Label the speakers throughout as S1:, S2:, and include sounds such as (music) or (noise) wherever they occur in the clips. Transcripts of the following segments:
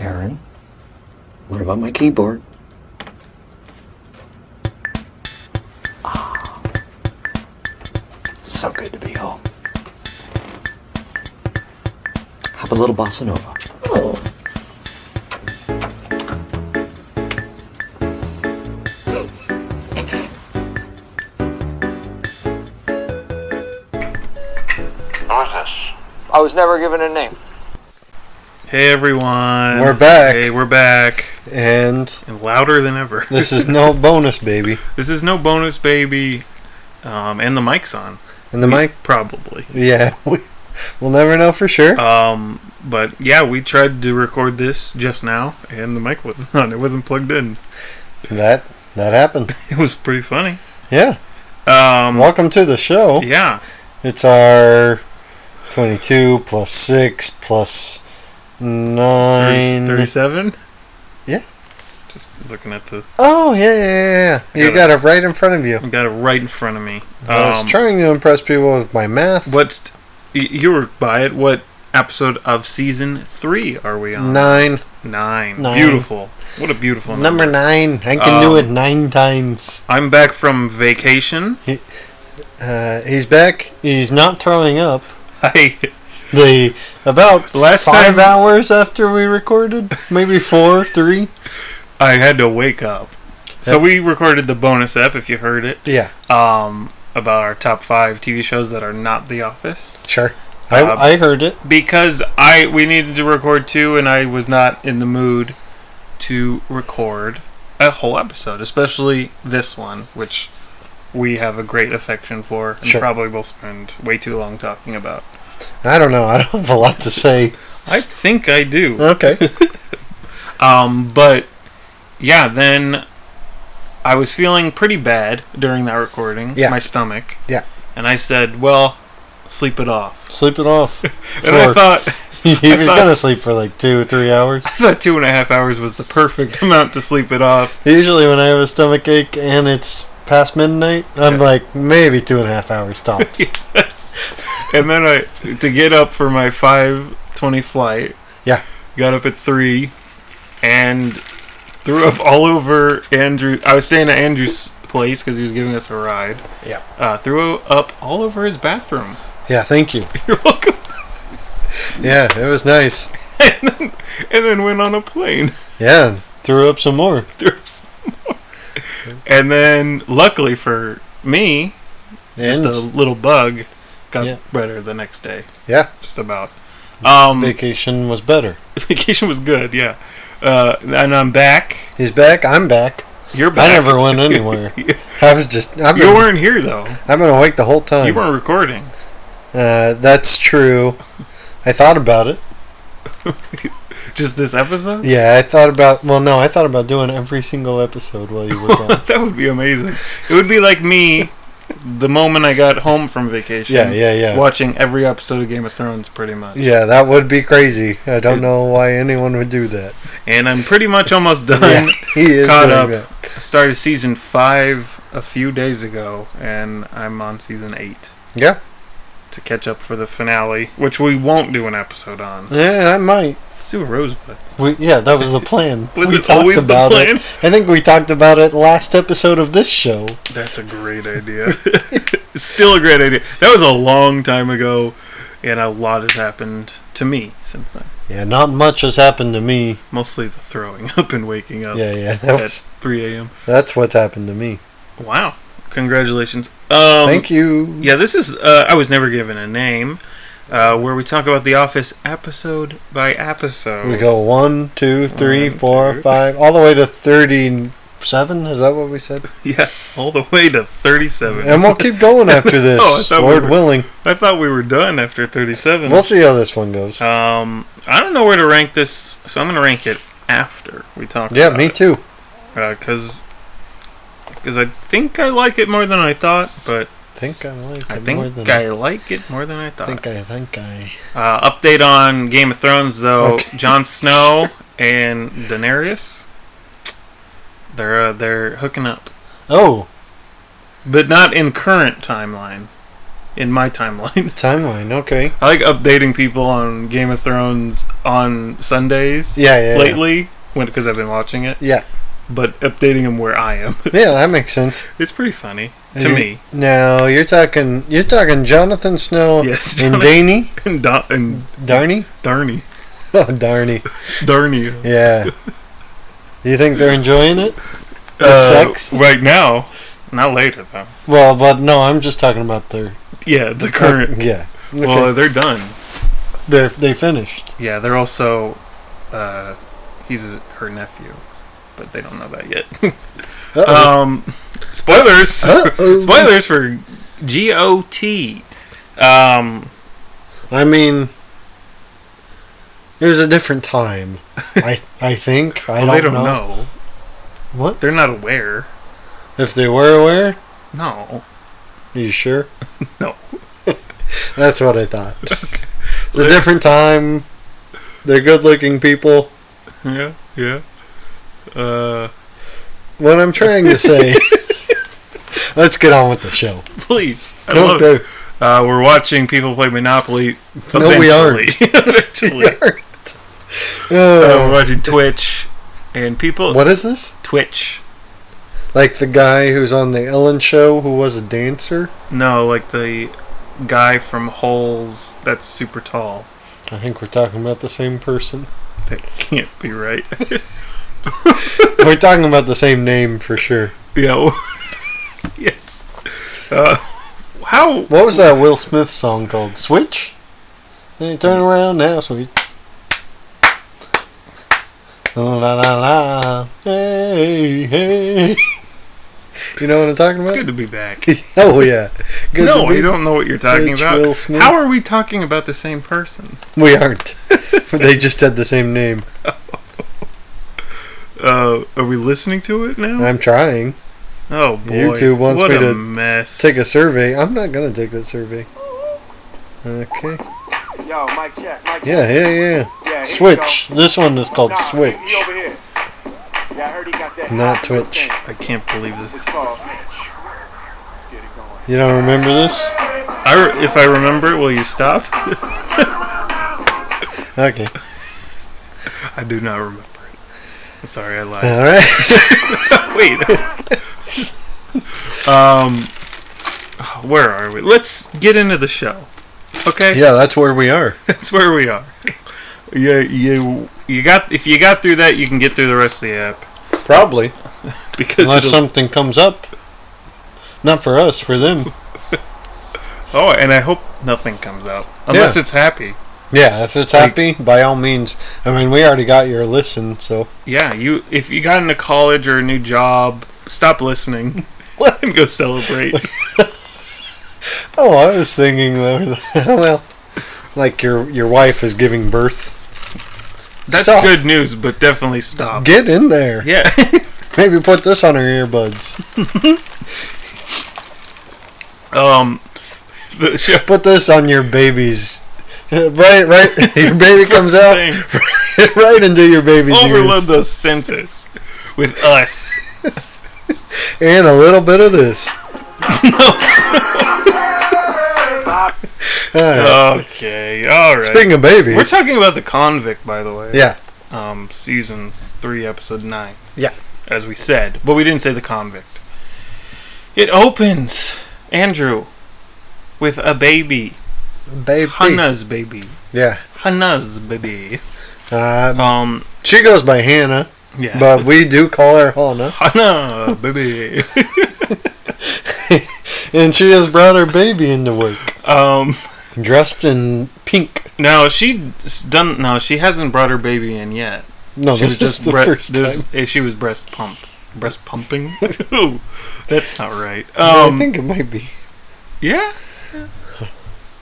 S1: Aaron, what about my keyboard? Ah, so good to be home. Have a little bossa nova.
S2: Oh.
S1: I was never given a name.
S3: Hey everyone.
S4: We're back.
S3: Hey, we're back.
S4: And
S3: And louder than ever.
S4: (laughs) this is no bonus, baby.
S3: (laughs) This is no bonus baby. Um, and the mic's on.
S4: And the mic,
S3: Probably.
S4: yeah, (laughs) we, we'll never know for sure.
S3: Um, but yeah, we tried to record this just now and the mic wasn't (laughs) on. It wasn't plugged in.
S4: That that happened.
S3: It was pretty funny.
S4: Yeah.
S3: Um
S4: Welcome to the show.
S3: yeah.
S4: It's our twenty-two plus six plus nine.
S3: Thirty seven?
S4: Yeah.
S3: Just looking at the
S4: Oh yeah, yeah, yeah, yeah. You
S3: Got
S4: got it right in front of you.
S3: I got it right in front of me.
S4: I was
S3: Um,
S4: trying to impress people with my math.
S3: what's y- you were by it, what episode of season three are we on?
S4: Nine.
S3: Nine.
S4: Nine.
S3: Beautiful. What a beautiful
S4: Number nine. I can
S3: Um,
S4: do it nine times.
S3: I'm back from vacation. (laughs)
S4: Uh, he's back. He's not throwing up.
S3: I
S4: the (laughs) about
S3: Last
S4: five
S3: time-
S4: hours after we recorded, maybe four, three.
S3: I had to wake up. So we recorded the bonus ep if you heard it
S4: Yeah,
S3: um, about our top five TV shows that are not The Office
S4: sure. Um, I,
S3: Uh,
S4: I heard it.
S3: because I we needed to record two and I was not in the mood to record a whole episode, especially this one, which we have a great affection for and
S4: Sure.
S3: probably will spend way too long talking about.
S4: I don't know. I don't have a lot to say.
S3: I think I do.
S4: Okay. (laughs)
S3: Um, but yeah, then I was feeling pretty bad during that recording.
S4: Yeah.
S3: My stomach.
S4: Yeah.
S3: And I said, well, sleep it off.
S4: Sleep it off.
S3: And I
S4: For-
S3: thought,
S4: (laughs)
S3: (laughs)
S4: he
S3: I
S4: was
S3: thought-
S4: gonna sleep for like two, three hours.
S3: I thought two and a half hours was the perfect (laughs) amount to sleep it off. (laughs)
S4: Usually, when I have a stomach ache and it's past midnight, I'm like maybe two and a half hours tops.
S3: and then I, to get up for my 520 flight.
S4: Yeah.
S3: Got up at three and threw up all over Andrew. I was staying at Andrew's place because he was giving us a ride.
S4: Yeah.
S3: Uh, threw up all over his bathroom.
S4: (laughs) Yeah. Thank you.
S3: You're welcome. (laughs)
S4: Yeah, it was nice.
S3: and then went on a plane. (laughs)
S4: Yeah. Threw up some more.
S3: Through some more. and then, luckily for me, just
S4: And
S3: a little bug got
S4: Yeah.
S3: better the next day.
S4: Yeah.
S3: Just about. Um, (laughs)
S4: vacation was better.
S3: vacation was good, yeah. Uh, and I'm back.
S4: He's back. I'm back.
S3: You're back.
S4: I never
S3: (laughs)
S4: went anywhere. I was just. I've
S3: You
S4: been,
S3: weren't here, though.
S4: I've been awake the whole time.
S3: You weren't recording.
S4: Uh, that's true. I thought about it.
S3: Just this episode?
S4: Yeah, I thought about. Well, no, I thought about doing every single episode while you
S3: (laughs)
S4: were gone.
S3: that would be amazing. It would be like me the moment I got home from vacation.
S4: Yeah, yeah, yeah.
S3: Watching every episode of Game of Thrones, pretty much.
S4: yeah, that would be crazy. I don't know why anyone would do that.
S3: And (laughs) I'm pretty much almost done.
S4: (laughs) Yeah, he is
S3: Caught
S4: doing
S3: up.
S4: that.
S3: started season five a few days ago, and I'm on season eight
S4: Yeah,
S3: to catch up for the finale, which we won't do an episode on.
S4: yeah, I might.
S3: Let's do a rosebud.
S4: We, yeah, that was the plan.
S3: (laughs) Was
S4: we
S3: it always the plan?
S4: (laughs) it. I think we talked about it last episode of this show.
S3: That's a great (laughs) idea. it's still a great idea. That was a long time ago, and a lot has happened to me since then.
S4: Yeah, not much has happened to me.
S3: Mostly the throwing (laughs) up and waking up
S4: Yeah, yeah, that
S3: at
S4: was,
S3: 3 a.m.
S4: that's what's happened to me.
S3: Wow. Congratulations. Um,
S4: Thank you.
S3: Yeah, this is. Uh, I was never given a name. Uh, where we talk about The Office episode by episode.
S4: We go one, two, three,
S3: One,
S4: four,
S3: two.
S4: five, all the way to thirty-seven. Is that what we said?
S3: Yeah, all the way to 37.
S4: And we'll keep
S3: (laughs)
S4: going after this,
S3: Oh, I thought we
S4: Lord
S3: were- (laughs)
S4: willing.
S3: I thought we were done after 37.
S4: We'll see how this one goes.
S3: Um, I don't know where to rank this, so I'm going to rank it after we talk
S4: yeah,
S3: about
S4: me too.
S3: Because I think I like it more than I thought, but
S4: Think I like
S3: I
S4: it more
S3: think
S4: than
S3: I uh, like it more than I thought.
S4: think I think I.
S3: Uh, update on Game of Thrones, though. (laughs)
S4: Okay.
S3: Jon Snow and Daenerys, they're, uh, they're hooking up.
S4: Oh,
S3: But not in current timeline. in my timeline. (laughs)
S4: Timeline, okay.
S3: I like updating people on Game of Thrones on Sundays.
S4: Yeah, yeah, yeah.
S3: Lately, when because I've been watching it,
S4: Yeah.
S3: but updating them where I am. (laughs)
S4: Yeah, that makes sense.
S3: it's pretty funny to
S4: You-
S3: me.
S4: Now you're talking you're talking Jonathan Snow
S3: Yes,
S4: and
S3: Jonathan-
S4: Danny?
S3: And, da- and
S4: Darny? (laughs)
S3: Darny,
S4: Oh Darny.
S3: Darny.
S4: Yeah. Do you think they're enjoying it? sucks.
S3: Uh, right now, not later though.
S4: Well, but no, I'm just talking about their
S3: Yeah, the current.
S4: Yeah. Okay.
S3: Well, they're done.
S4: they're they finished.
S3: Yeah, they're also. Uh, he's a, her nephew, but they don't know that yet. (laughs)
S4: Uh-oh.
S3: Um, spoilers. (laughs)
S4: Uh-oh.
S3: spoilers for GOT. Um,
S4: I mean it was a different time. I I think. I
S3: well,
S4: don't,
S3: they don't know.
S4: know. What?
S3: They're not aware.
S4: If they were aware,
S3: No.
S4: Are you sure?
S3: (laughs) No.
S4: (laughs) That's what
S3: (laughs)
S4: I thought. It's a different time. They're good looking people.
S3: Yeah. Yeah. Uh,
S4: What I'm trying to say is let's get on with the show.
S3: (laughs) please. I love it.
S4: Okay.
S3: Uh, we're watching people play Monopoly.
S4: No, we aren't.
S3: eventually. (laughs)
S4: (laughs)
S3: eventually. Uh, we're
S4: Uh,
S3: watching Twitch and people.
S4: what is this?
S3: Twitch.
S4: Like the guy who's on the Ellen show who was a dancer?
S3: No, like the guy from Holes that's super tall.
S4: I think we're talking about the same person.
S3: That (laughs) can't be right.
S4: we're talking about the same name for sure.
S3: Yeah. (laughs) yes. Uh, how?
S4: What was that Will Smith song called? Switch? Hey, turn around now, sweet. La la la la. Hey, hey. You know what I'm talking
S3: It's
S4: about?
S3: good to be back.
S4: (laughs) Oh, yeah. Good
S3: no,
S4: to be-
S3: we don't know what you're talking
S4: Rich
S3: about.
S4: Will Smith.
S3: How are we talking about the same person?
S4: (laughs) We aren't. they just had the same name.
S3: Uh, are we listening to it now?
S4: I'm trying.
S3: oh boy,
S4: YouTube wants
S3: what
S4: me
S3: a
S4: to
S3: mess.
S4: Take a survey. I'm not going to take that survey. Okay.
S2: Yo, mic check, mic check.
S4: Yeah, yeah, yeah.
S2: Yeah, here you
S4: Switch. This one is
S2: go.
S4: called
S2: Nah,
S4: Switch.
S2: He, he over here. Yeah, I heard he got that.
S4: Not
S2: hot little
S4: Twitch.
S2: thing.
S3: I can't believe this.
S2: It's called Switch. Let's get it going.
S4: You don't remember this?
S3: I re- if I remember it, will you stop?
S4: Okay.
S3: I do not remember it. I'm sorry, I lied.
S4: All right.
S3: Wait. um,
S4: (laughs)
S3: where are we? Let's get into the show. Okay.
S4: Yeah, that's where we are.
S3: That's where we are. Yeah, you you got if you got through that, you can get through the rest of the app
S4: Probably.
S3: because
S4: Unless
S3: it'll-
S4: something comes up. Not for us, for them.
S3: oh, and I hope nothing comes out unless it's happy.
S4: Yeah, if it's
S3: Like-
S4: happy, by all means. I mean, we already got your listen, so.
S3: Yeah, you if you got into college or a new job, stop
S4: (laughs)
S3: listening and go celebrate.
S4: Oh, I was thinking, (laughs) though, well, like your your wife is giving birth.
S3: That's
S4: Stop.
S3: good news, but definitely stop.
S4: Get in there. (laughs)
S3: Yeah,
S4: Maybe put this on her earbuds.
S3: um, the show
S4: Put this on your baby's. (laughs) Right, right. (laughs) Your baby comes out
S3: thing,
S4: (laughs) right into your baby's
S3: overload
S4: ears,
S3: those senses with us.
S4: and a little bit of this.
S3: (laughs)
S4: All right.
S3: Okay, all right.
S4: Speaking of babies,
S3: We're talking about the convict, by the way.
S4: Yeah.
S3: Um, season three, episode nine.
S4: Yeah.
S3: As we said, but we didn't say the convict. It opens Andrew with a baby,
S4: baby.
S3: Hannah's baby,
S4: Yeah,
S3: Hannah's baby.
S4: uh,
S3: Um,
S4: She goes by Hannah,
S3: yeah,
S4: but we do call her Hannah.
S3: Hannah baby. (laughs)
S4: And she has brought her baby into work,
S3: um,
S4: dressed in pink.
S3: no, she done. No, she hasn't brought her baby in yet.
S4: No,
S3: She
S4: this
S3: was
S4: is
S3: just
S4: the
S3: bre-
S4: first
S3: this-
S4: time.
S3: eh, She was breast pump, breast
S4: (laughs)
S3: pumping. Ooh, that's not right.
S4: I
S3: Um,
S4: think it might be.
S3: Yeah.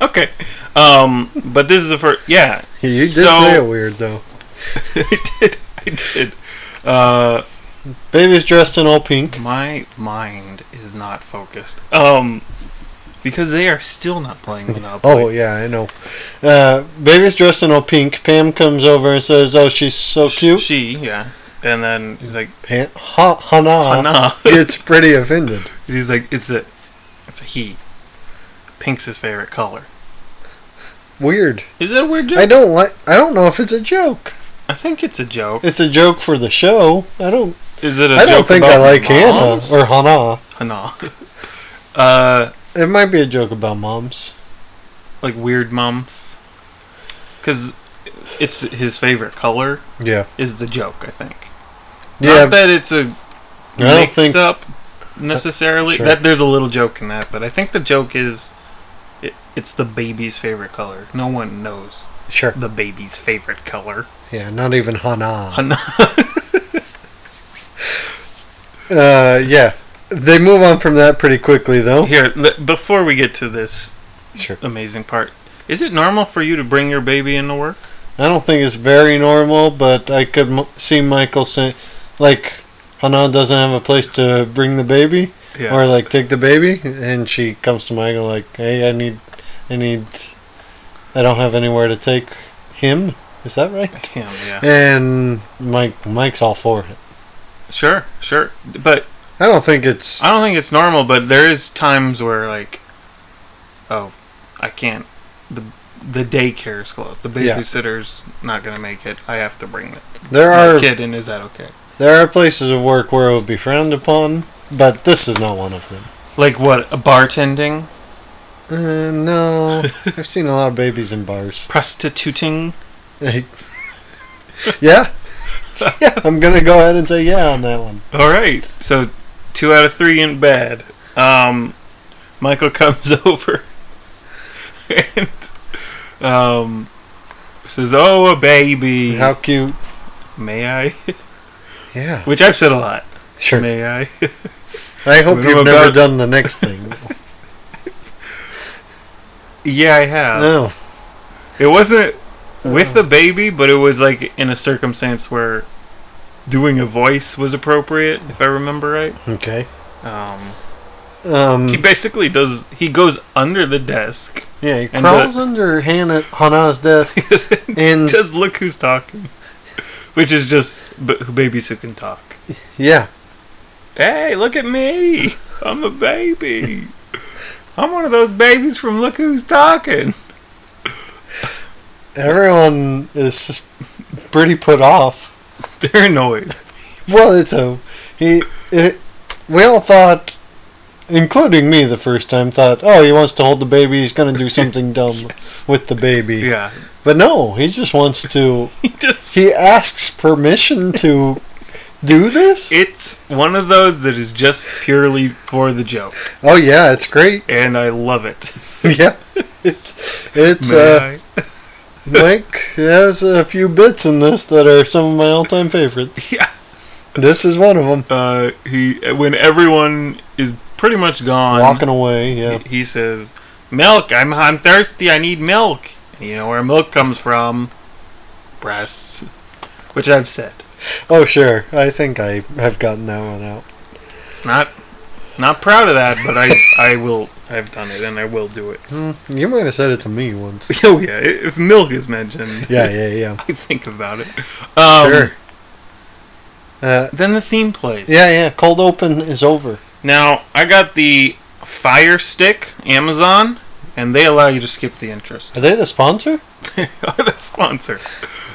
S3: Okay. Um, but this is the first. Yeah. (laughs)
S4: You did say it weird though.
S3: I did. I did. Uh,
S4: Baby's dressed in all pink.
S3: my mind is not focused. Um, because they are still not
S4: (laughs)
S3: playing Monopoly.
S4: Oh yeah, I know. Uh, baby's dressed in all pink. Pam comes over and says, "Oh, she's so cute."
S3: She, yeah. And then he's like,
S4: Han- ha-
S3: (laughs)
S4: Hannah (laughs)
S3: Hannah.
S4: gets pretty offended.
S3: he's like, it's a, it's a he. pink's his favorite color.
S4: Weird.
S3: Is that a weird joke?
S4: I don't like. I don't know if it's a joke.
S3: I think it's a joke.
S4: It's a joke for the show. I don't.
S3: Is it a
S4: I don't
S3: joke
S4: think I
S3: about
S4: like Hannah
S3: moms?
S4: or Hannah.
S3: (laughs) no. uh,
S4: It might be a joke about moms.
S3: like weird moms, because it's his favorite color
S4: Yeah.
S3: is the joke. I think.
S4: Yeah.
S3: Not that it's a
S4: I don't
S3: mix
S4: think.
S3: up necessarily.
S4: Sure.
S3: That there's a little joke in that, but I think the joke is it, it's the baby's favorite color. No one knows
S4: Sure.
S3: the baby's favorite color.
S4: Yeah. Not even Hannah.
S3: Hannah.
S4: (laughs) Uh, yeah. They move on from that pretty quickly, though.
S3: Here, l- before we get to this
S4: Oh. Sure.
S3: amazing part, is it normal for you to bring your baby into work?
S4: I don't think it's very normal, but I could m- see Michael saying, like, Hannah doesn't have a place to bring the baby, or like take the baby, and she comes to Michael like, "Hey, I need, I need, I don't have anywhere to take him." Is that right?
S3: Him, yeah.
S4: And Mike, Mike's all for it.
S3: Sure, sure. But
S4: I don't think it's
S3: I don't think it's normal, but there is times where like, oh, I can't. the The daycare's closed. The
S4: Yeah.
S3: babysitter's not gonna make it. I have to bring the
S4: there
S3: my
S4: are
S3: kid in. Is that okay?
S4: there are places of work where it would be frowned upon, but this is not one of them.
S3: Like what? Bartending,
S4: Uh,
S3: (laughs)
S4: no, I've seen a lot of babies in bars.
S3: prostituting.
S4: (laughs)
S3: (laughs)
S4: yeah. yeah, I'm gonna go ahead and say yeah on that one.
S3: All right. So, two out of three in bed. Um, Michael (laughs) comes over and um, says, "Oh, a baby.
S4: How cute.
S3: May I?"
S4: Yeah,
S3: Which I've said a lot.
S4: sure.
S3: May I?
S4: I hope
S3: I'm
S4: you've
S3: about-
S4: never done the next
S3: (laughs)
S4: thing.
S3: yeah, I have.
S4: no.
S3: It wasn't with the baby, but it was like in a circumstance where doing a voice was appropriate, if I remember right.
S4: Okay.
S3: Um,
S4: Um,
S3: he basically does. He goes under the desk. (laughs)
S4: yeah, he
S3: and uh,
S4: crawls under Hannah Hannah's desk
S3: (laughs)
S4: and
S3: Just look who's talking, which is just b- babies who can talk.
S4: yeah,
S3: Hey, look at me! I'm a baby. I'm one of those babies from Look Who's Talking. (laughs)
S4: everyone is pretty put off.
S3: They're annoyed.
S4: Well, it's a he. It, we all thought, including me, the first time thought, oh, he wants to hold the baby. He's gonna
S3: (laughs)
S4: do something dumb with the baby.
S3: Yeah.
S4: But no, he just wants to.
S3: He just
S4: He asks permission to do this.
S3: It's one of those that is just purely for the joke,
S4: oh yeah, it's great. (laughs)
S3: and I love it.
S4: yeah, it's it's. Uh,
S3: May
S4: Mike has a few bits in this that are some of my all-time favorites.
S3: (laughs) Yeah.
S4: This is one of them.
S3: I? Uh, he when everyone is pretty much gone,
S4: Walking away, yeah.
S3: he, he says, "Milk. I'm I'm thirsty. I need milk. And you know where milk comes from? Breasts, which I've said.
S4: Oh, sure. I think I have gotten that one out.
S3: It's not not proud of that, but I (laughs) I will. I've done it, and I will do it.
S4: Hmm, You might have said it to me once.
S3: (laughs) Oh yeah, i- if milk is mentioned,
S4: Yeah, yeah, yeah.
S3: (laughs) I think about it. Um,
S4: sure. Uh,
S3: Then the theme plays.
S4: yeah, yeah. Cold open is over.
S3: Now, I got the Fire Stick Amazon, and they allow you to skip the (laughs) interest.
S4: Are they the sponsor?
S3: they are the sponsor.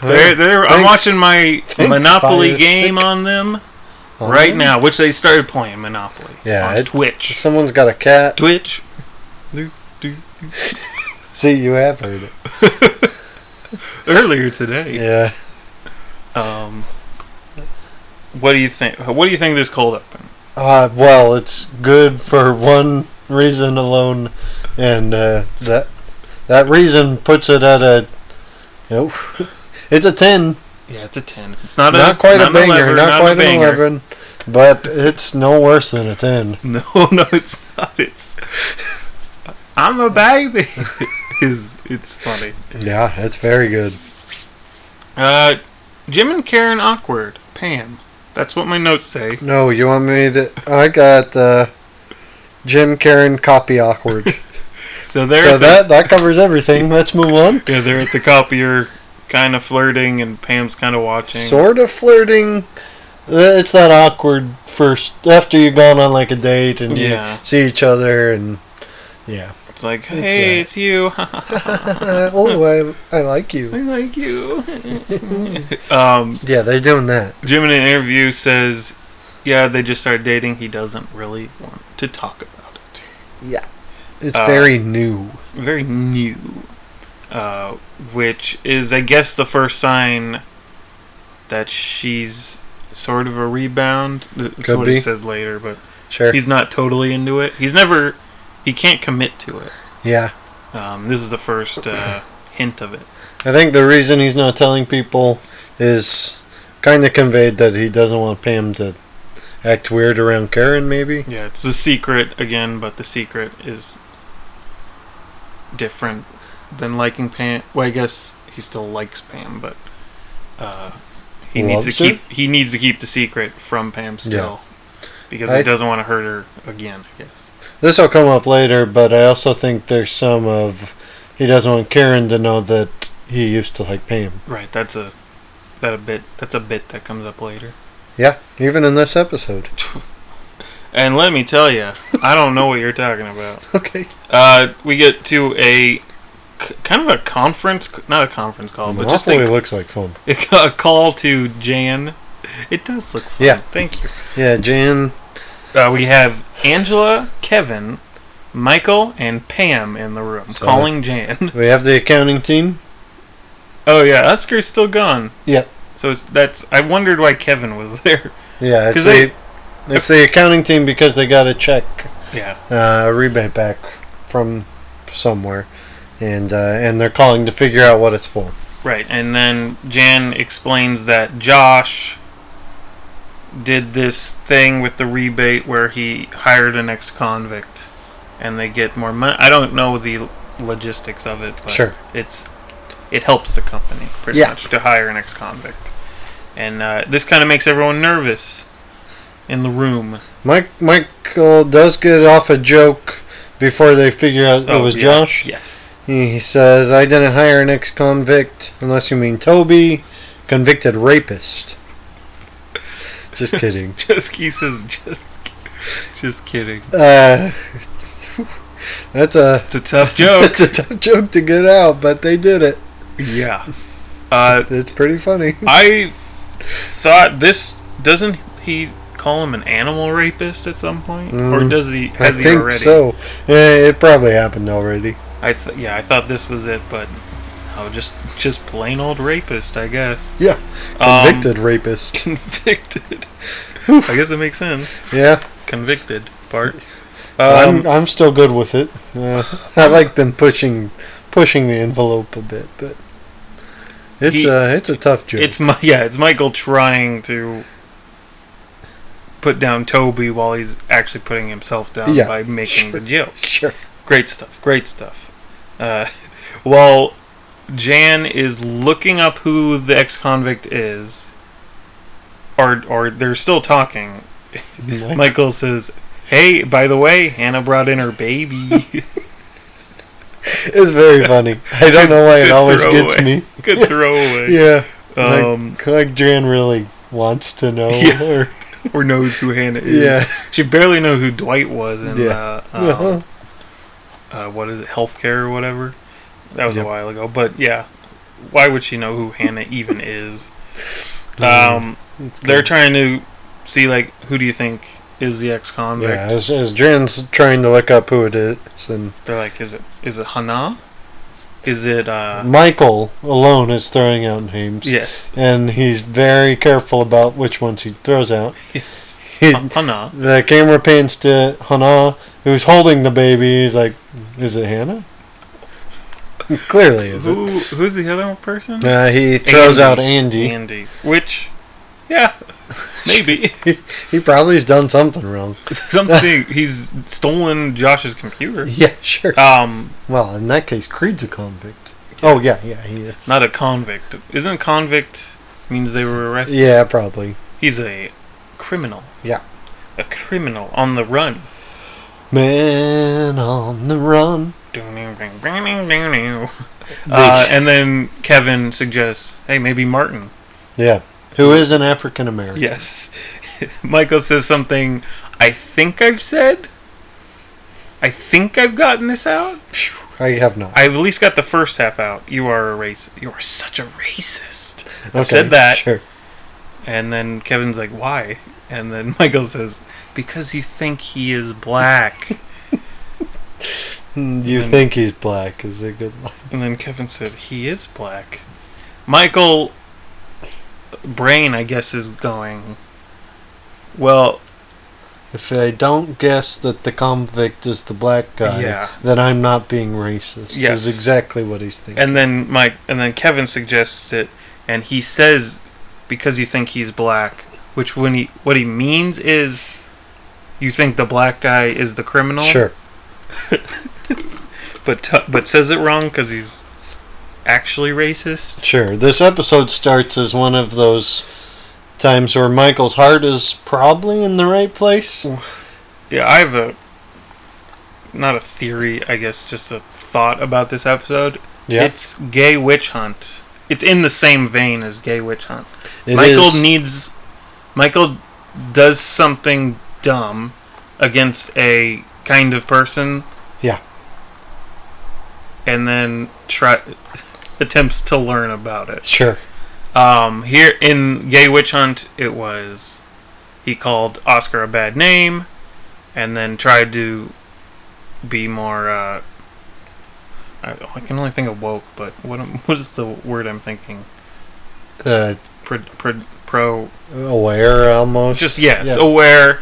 S3: They're, they're, I'm
S4: Thanks.
S3: watching my
S4: Thanks,
S3: Monopoly
S4: Fire
S3: game
S4: Stick.
S3: on them
S4: On
S3: right
S4: them?
S3: now, which they started playing Monopoly.
S4: Oh, Yeah,
S3: on
S4: it- (laughs)
S3: Twitch.
S4: Someone's got a cat.
S3: Twitch.
S4: (laughs) See, you have heard it.
S3: Earlier today.
S4: Yeah.
S3: Um, what do you think? What do you think of this cold open?
S4: Uh, well, it's good for one reason alone, and uh, that that reason puts it at a. Nope. It's a ten,
S3: Yeah, it's a ten. It's not a
S4: not quite
S3: not
S4: a
S3: an
S4: banger,
S3: 11,
S4: not,
S3: not a
S4: quite an
S3: banger.
S4: eleven, but it's no worse than a ten.
S3: (laughs) No, no, it's not. It's I'm a
S4: (laughs)
S3: baby. is it's funny.
S4: Yeah, it's very good.
S3: Uh, Jim and Karen awkward. Pam. That's what my notes say.
S4: No, you want me to? I got uh, Jim Karen copy
S3: (laughs)
S4: awkward.
S3: So they're
S4: so
S3: at the,
S4: that that covers everything. Let's move on.
S3: yeah, they're at the copier, kind of flirting, and Pam's kind of watching.
S4: Sort of flirting. Uh, It's that awkward first after you've gone on like a date and you
S3: Yeah.
S4: see each other and yeah.
S3: It's like, hey,
S4: a-
S3: it's, you. (laughs)
S4: Uh, oh, I, I like you.
S3: I like
S4: (laughs)
S3: you. um,
S4: Yeah, they're doing that.
S3: Jim in an interview says, yeah, they just started dating. He doesn't really want to talk about it.
S4: It's
S3: Uh,
S4: very new.
S3: very new, uh, which is, I guess, the first sign that she's sort of a rebound. Th- That's
S4: Could
S3: what
S4: be.
S3: he said later, but
S4: Sure.
S3: he's not totally into it. He's never, he can't commit to it.
S4: Yeah.
S3: Um, this is the first uh, hint of it.
S4: I think the reason he's not telling people is kind of conveyed that he doesn't want Pam to act weird around Karen, maybe.
S3: Yeah, it's the secret again, but the secret is different than liking Pam. Well, I guess he still likes Pam, but uh, he needs
S4: Loves
S3: to
S4: her?
S3: keep he needs to keep the secret from Pam still because
S4: I
S3: he
S4: th-
S3: doesn't want to hurt her again. I guess.
S4: This will come up later, but I also think there's some of he doesn't want Karen to know that he used to like Pam.
S3: Right. That's a that a bit that's a bit that comes up later.
S4: Yeah, even in this episode. (laughs)
S3: And let me tell you, I don't know what you're talking about.
S4: Okay.
S3: Uh, we get to a k- kind of a conference, not a conference call, Oh, but just
S4: Monopoly
S3: a,
S4: looks like fun.
S3: (laughs) a call to Jan. It does look fun.
S4: Yeah.
S3: Thank you.
S4: Yeah, Jan.
S3: Uh, we have Angela, Kevin, Michael, and Pam in the room
S4: So-
S3: calling Jan. (laughs)
S4: We have the accounting team.
S3: Oh yeah, Oscar's still gone.
S4: Yep.
S3: So it's, that's I wondered why Kevin was (laughs) there.
S4: Yeah, it's
S3: 'Cause
S4: the, it's the accounting team because they got a check,
S3: Yeah.
S4: uh, a rebate back from somewhere, and uh, and they're calling to figure out what it's for.
S3: Right, and then Jan explains that Josh did this thing with the rebate where he hired an ex-convict, and they get more money. I don't know the logistics of it, but
S4: Sure.
S3: it's it helps the company pretty
S4: Yeah.
S3: much to hire an ex-convict, and uh, this kind of makes everyone nervous in the room.
S4: Mike Michael does get off a joke before they figure out it was
S3: Oh, yeah,
S4: Oh, Josh.
S3: Yes. (laughs)
S4: He says, "I didn't hire an ex-convict, unless you mean Toby, convicted rapist." Just kidding.
S3: Just he says just just kidding.
S4: Uh, (laughs) that's a
S3: It's a tough joke.
S4: (laughs) that's a tough joke to get out, but they did it.
S3: yeah. Uh,
S4: It's pretty funny.
S3: I th- thought this doesn't he call him an animal rapist at some point, or
S4: Mm,
S3: does he?
S4: I
S3: Has he
S4: think
S3: already?
S4: so. Yeah, it probably happened already.
S3: I th- yeah, I thought this was it, but oh, just just plain old rapist, I guess. (laughs)
S4: Yeah,
S3: Um,
S4: convicted rapist.
S3: convicted. I guess that makes sense.
S4: Yeah,
S3: Convicted part. Um,
S4: I'm I'm still good with it. Uh, I like them pushing pushing the envelope a bit, but it's
S3: He-
S4: a it's a tough joke.
S3: It's my (laughs) yeah, it's Michael trying to put down Toby while he's actually putting himself down
S4: Yeah,
S3: by making the joke.
S4: (laughs) sure.
S3: Great stuff. Great stuff. Uh, (laughs) while Jan is looking up who the ex-convict is, or or they're still talking. Michael says, "Hey, by the way, Hannah brought in her baby. (laughs)
S4: It's very funny. I don't know why it
S3: Good
S4: always gets
S3: throwaway.
S4: me.
S3: Good throwaway."
S4: Yeah,
S3: Um,
S4: like, like Jan really wants to know.
S3: (laughs) Yeah.
S4: or-
S3: or knows who Hannah is.
S4: Yeah.
S3: She barely knew who Dwight was in
S4: Yeah. Uh-huh.
S3: uh, um, uh, what is it, healthcare or whatever. That was
S4: Yep.
S3: a while ago, but yeah, why would she know who Hannah even
S4: (laughs)
S3: is?
S4: Mm,
S3: Um,
S4: it's
S3: they're
S4: good.
S3: trying to see like who do you think is the ex-convict?
S4: yeah, as, as Jan's trying to look up who it is, and
S3: They're like, is it is it Hannah? Is it uh?
S4: Michael alone is throwing out names.
S3: Yes, (laughs)
S4: and he's very careful about which ones he throws out.
S3: yes,
S4: He,
S3: Han- Hannah.
S4: the camera pans to Hana, who's holding the baby. He's like, "Is it Hannah?" (laughs) Clearly, is it?
S3: Who who's the other person?
S4: Uh, he throws out Andy.
S3: Andy. Which, yeah, (laughs) maybe (laughs)
S4: He probably's done something wrong. (laughs)
S3: something. He's stolen Josh's computer.
S4: Yeah, sure.
S3: Um,
S4: Well, in that case, Creed's a convict. Oh yeah, yeah, he is.
S3: not a convict. Isn't convict means they were arrested?
S4: yeah, probably.
S3: He's a criminal.
S4: Yeah.
S3: A criminal on the run.
S4: Man on the run.
S3: Uh, and then Kevin suggests, hey, maybe Martin.
S4: Yeah, who is an African American?
S3: Yes. Michael says something I think I've said. I think I've gotten this out.
S4: I have not.
S3: I've at least got the first half out. You are a race. You are such a racist.
S4: Okay,
S3: said that.
S4: Sure.
S3: And then Kevin's like, "Why?" And then Michael says, "Because you think he is black."
S4: Hmm, You
S3: And-
S4: think he's black is a good line.
S3: and then Kevin said, "He is black." Michael Brain, I guess, is going. Well,
S4: If I don't guess that the convict is the black guy,
S3: Yeah.
S4: then I'm not being racist.
S3: Yes.
S4: Is exactly what he's thinking.
S3: and then Mike, and then Kevin suggests it, and he says, "Because you think he's black," which when he what he means is, you think the black guy is the criminal.
S4: Sure.
S3: but t- but says it wrong because he's actually racist.
S4: Sure. This episode starts as one of those times where Michael's heart is probably in the right place.
S3: Yeah, I have a not a theory, I guess, just a thought about this episode.
S4: Yeah.
S3: It's gay witch hunt. It's in the same vein as gay witch hunt.
S4: It
S3: Michael
S4: is-
S3: needs Michael does something dumb against a kind of person.
S4: Yeah.
S3: And then try (laughs) attempts to learn about it.
S4: Sure.
S3: Um, here in Gay Witch Hunt, it was he called Oscar a bad name, and then tried to be more. Uh, I, I can only think of woke, but what (laughs) am- what is the word I'm thinking?
S4: Uh,
S3: Pro, pro, pro
S4: aware almost.
S3: just yes,
S4: Yeah.
S3: aware.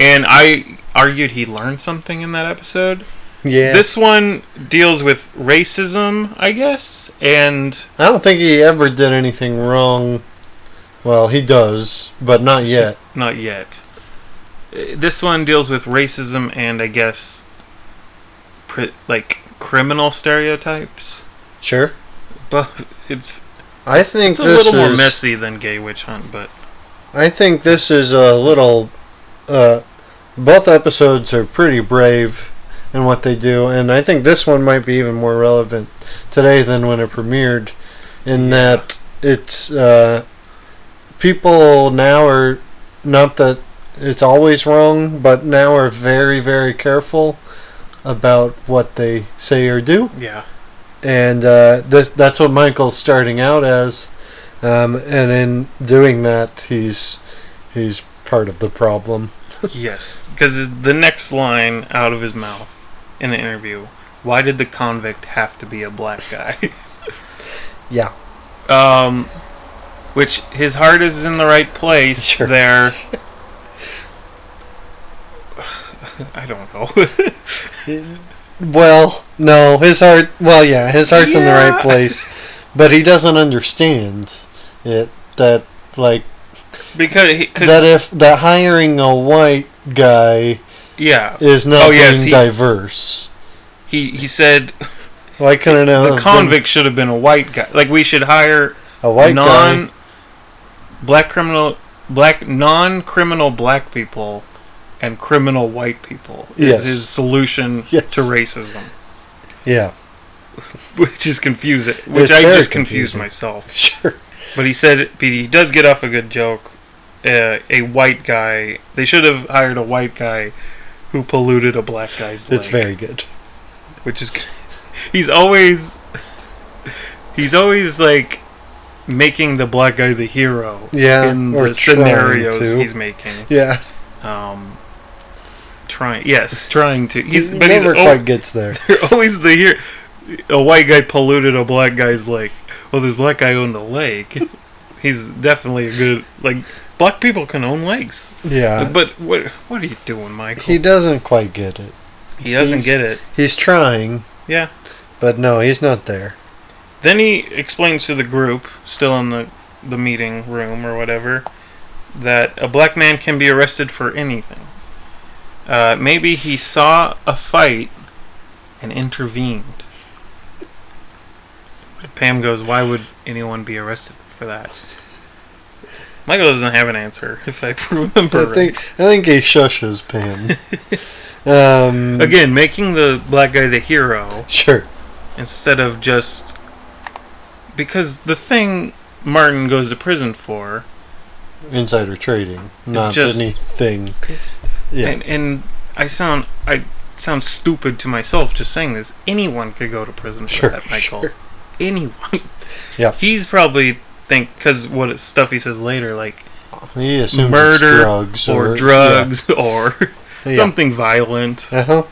S3: And I argued he learned something in that episode.
S4: yeah.
S3: This one deals with racism, I guess, and
S4: I don't think he ever did anything wrong. Well, he does, but not yet.
S3: Not yet. Uh, This one deals with racism and I guess pri like criminal stereotypes,
S4: Sure.
S3: but it's
S4: I think
S3: it's a
S4: this
S3: little more
S4: is.
S3: messy than Gay Witch Hunt, but
S4: I think this is a little. Uh, both episodes are pretty brave in what they do, and I think this one might be even more relevant today than when it premiered, in that it's uh, people now are not that it's always wrong, but now are very very careful about what they say or do
S3: yeah,
S4: and uh, this that's what Michael's starting out as, um, and in doing that, he's he's part of the problem.
S3: (laughs) yes, because the next line out of his mouth in the interview: "Why did the convict have to be a black guy?" (laughs)
S4: Yeah,
S3: um, which his heart is in the right place
S4: (laughs) Sure.
S3: there. (sighs) I don't know. (laughs)
S4: well, no, his heart. Well, yeah, his heart's in the
S3: Yeah.
S4: right place, but he doesn't understand it that like
S3: Because he, cause,
S4: that if that hiring a white guy
S3: yeah,
S4: is not
S3: Oh, yes,
S4: being
S3: he-
S4: diverse.
S3: he he said
S4: Why couldn't it have
S3: the
S4: been
S3: convict should have been a white guy. Like we should hire
S4: a white guy?
S3: non black criminal black non criminal black people and criminal white people is
S4: Yes.
S3: his solution
S4: Yes.
S3: to racism, (laughs)
S4: Yeah, (laughs)
S3: which is confusing. Which
S4: It's
S3: I
S4: very
S3: just confused
S4: confusing.
S3: myself.
S4: sure.
S3: But he said, but he does get off a good joke. Uh, a white guy. They should have hired a white guy who polluted a black guy's.
S4: It's
S3: lake.
S4: very good.
S3: which is (laughs) he's always he's always like making the black guy the hero
S4: Yeah,
S3: in
S4: or
S3: the
S4: trying
S3: scenarios
S4: to.
S3: he's making
S4: Yeah,
S3: um trying yes trying to he's
S4: he
S3: but he's oh
S4: never
S3: al-
S4: quite gets there.
S3: they're (laughs) always the hero a white guy polluted a black guy's lake well this black guy owned a
S4: (laughs)
S3: lake he's definitely a good like black people can own lakes
S4: Yeah,
S3: but what what are you doing michael
S4: Uh, He
S3: he,
S4: doesn't quite get it.
S3: doesn't
S4: he's-
S3: get it
S4: He's trying.
S3: Yeah.
S4: But no, he's
S3: (laughs)
S4: not there.
S3: Then he explains to the group, still in the, the meeting room or whatever, that a black man can be arrested for anything. Uh, maybe he saw a fight and intervened. Pam goes, Why would anyone be arrested for that? Michael doesn't have an answer, if I (laughs) remember
S4: I think I think he shushes Pam.
S3: (laughs)
S4: um,
S3: right. Again, making the black guy the hero.
S4: Sure.
S3: instead of just because the thing Martin goes to prison for
S4: Insider trading, not
S3: just-
S4: anything.
S3: is
S4: Yeah.
S3: and, and I sound I sounds stupid to myself just saying this. Anyone could go to prison for
S4: Sure,
S3: that, Michael.
S4: sure.
S3: Anyone.
S4: (laughs) Yeah.
S3: He's probably think because what it- stuff he says later, like
S4: He assumes
S3: murder
S4: it's drugs
S3: or, drugs (laughs) or
S4: Yeah. Yeah.
S3: something violent.
S4: Uh-huh.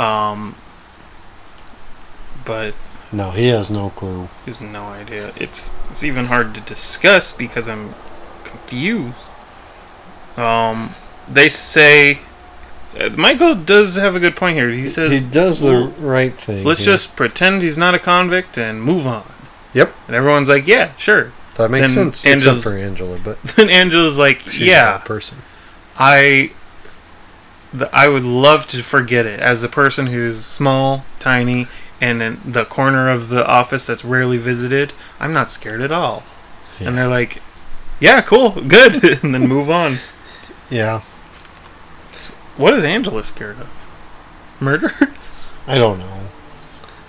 S3: Um, but
S4: No, he has no clue.
S3: he has no idea. It's it's even hard to discuss because I'm confused. Um, they say uh, Michael does have a good point here. He says
S4: he does the right thing.
S3: Let's
S4: here.
S3: just pretend he's not a convict and move on.
S4: Yep.
S3: And everyone's like, yeah, sure. (laughs)
S4: that makes
S3: then
S4: sense.
S3: Angela's-
S4: Except for Angela, but
S3: Then Angela's like,
S4: she's a
S3: yeah,
S4: bad person.
S3: I, the, I would love to forget it as a person who's small, tiny, and in the corner of the office that's rarely visited. I'm not scared at all.
S4: Yeah.
S3: And they're like, yeah, cool, good, (laughs) and then move on.
S4: Yeah,
S3: What is Angela scared of? (laughs) Murder?
S4: I don't know.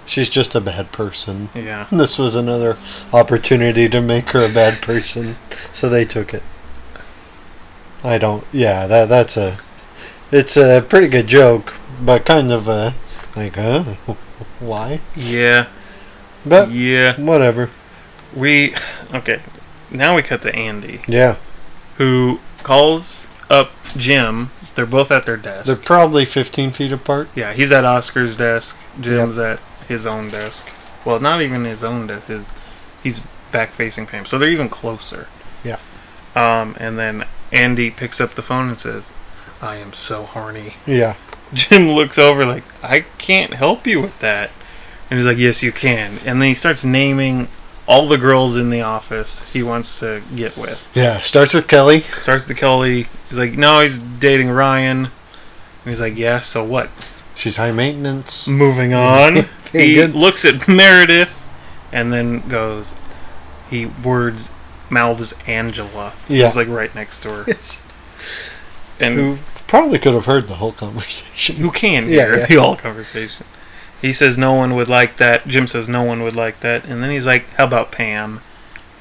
S4: She's just a bad person.
S3: yeah.
S4: This was another opportunity to make her a bad person, so they took it. I don't. Yeah, that that's a. It's a pretty good joke, but kind of a like, huh? Why?
S3: Yeah.
S4: But
S3: Yeah.
S4: whatever.
S3: We, okay. Now we cut to Andy.
S4: Yeah,
S3: who calls up Jim. They're both at their desk.
S4: they're probably fifteen feet apart.
S3: yeah, he's at Oscar's desk. Jim's at his own desk. Well, not even his own desk. His, he's back facing Pam, so they're even closer.
S4: Yeah.
S3: Um, and then Andy picks up the phone and says, "I am so horny." (laughs)
S4: Yeah,
S3: Jim looks over like, "I can't help you with that," and he's like, "Yes, you can." And then he starts naming all the girls in the office he wants to get with.
S4: yeah. Starts with Kelly.
S3: Starts to Kelly. He's like, no, he's dating Ryan. And he's like, yeah, so what?
S4: She's high maintenance.
S3: Moving on.
S4: Very
S3: he
S4: good.
S3: looks at (laughs) Meredith and then goes, he words, mouths Angela.
S4: Yeah.
S3: He's like right next to her.
S4: Yes.
S3: And who,
S4: Who probably could have heard the whole conversation.
S3: can
S4: Yeah,
S3: hear
S4: yeah.
S3: the whole conversation. He says no one would like that. Jim says no one would like that. And then he's like, how about Pam?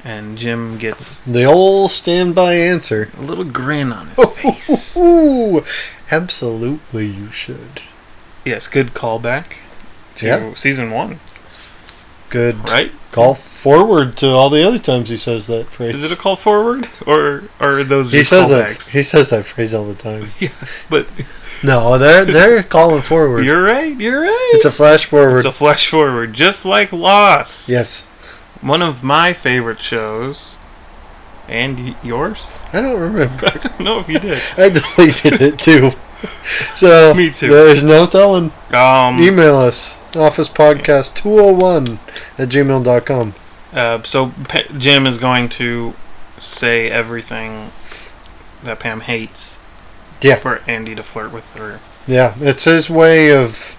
S3: And Jim gets
S4: The old standby answer.
S3: a little grin on
S4: (laughs)
S3: his face.
S4: Ooh, absolutely, you should.
S3: yes, good callback to
S4: Yeah.
S3: season one,
S4: Good.
S3: right?
S4: Call forward to all the other times he says that phrase.
S3: Is it a call forward or are those
S4: he
S3: just
S4: says that.
S3: callbacks?
S4: He says that phrase all
S3: (laughs)
S4: the time.
S3: But
S4: No, they're they're calling forward.
S3: you're right. You're right.
S4: it's a flash forward.
S3: It's a flash forward, just like Lost.
S4: yes,
S3: One of my favorite shows, and y- yours. (laughs)
S4: I don't remember. (laughs)
S3: I don't know if you did.
S4: I deleted
S3: (laughs)
S4: it too. So
S3: Me too.
S4: There's no telling.
S3: Um.
S4: Email us officepodcast two hundred one at gmail.com.
S3: Uh, so Pa Jim is going to say everything that Pam hates.
S4: Yeah.
S3: For Andy to flirt with her.
S4: Yeah, it's his way of.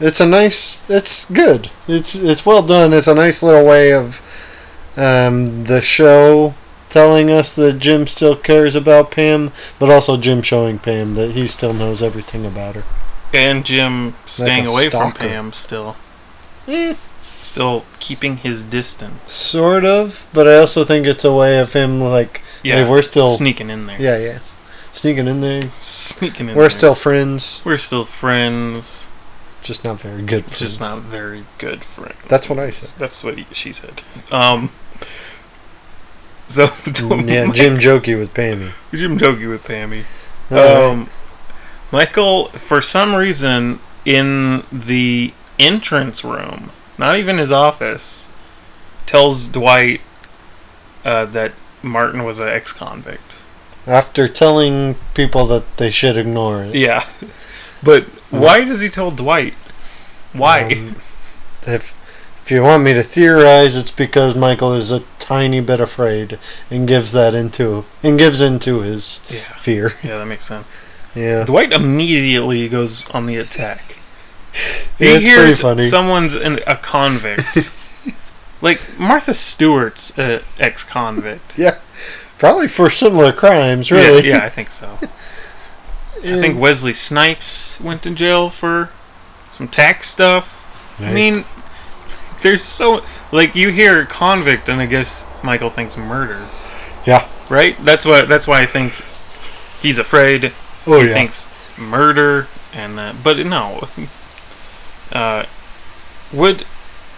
S4: It's a nice. It's good. It's it's well done. It's a nice little way of um, the show telling us that Jim still cares about Pam, but also Jim showing Pam that he still knows everything about her.
S3: And Jim staying
S4: a
S3: away from
S4: stalker.
S3: Pam still.
S4: Eh,
S3: Still keeping his distance.
S4: sort of, but I also think it's a way of him like,
S3: Yeah.
S4: hey, we're still,
S3: sneaking in there.
S4: yeah, yeah, sneaking in there.
S3: (laughs) Sneaking in
S4: We're
S3: there.
S4: still friends,
S3: We're still friends,
S4: just not very good friends.
S3: just not very good friends.
S4: That's what
S3: (laughs)
S4: I said.
S3: That's what he- she said. Um. So (laughs)
S4: Mm, yeah, Jim Jokey was Pammy.
S3: Mm, Jim Doge with Pammy.
S4: Alright.
S3: Um, Michael, for some reason, in the entrance room, not even his office, tells Dwight uh, that Martin was an ex-convict.
S4: After telling people that they should ignore it.
S3: Yeah, Mm. but why does he tell Dwight? Why?
S4: Um, if if you want me to theorize, it's because Michael is a tiny bit afraid and gives that into and gives into his
S3: (laughs) yeah,
S4: fear.
S3: yeah, that makes sense.
S4: Yeah.
S3: Dwight immediately goes on the attack. He
S4: Yeah, it's pretty
S3: hears
S4: funny.
S3: someone's an, a
S4: (laughs)
S3: convict. like Martha Stewart's a ex-convict.
S4: yeah. Probably for similar crimes, really.
S3: Yeah, yeah, I think so. I think Wesley Snipes went to jail for some tax stuff. I
S4: Right.
S3: mean, there's so like you hear convict, and I guess Michael thinks murder.
S4: Yeah.
S3: Right. That's what. That's why I think he's afraid.
S4: Oh
S3: he
S4: yeah.
S3: thinks murder, and that. But no, (laughs) uh, would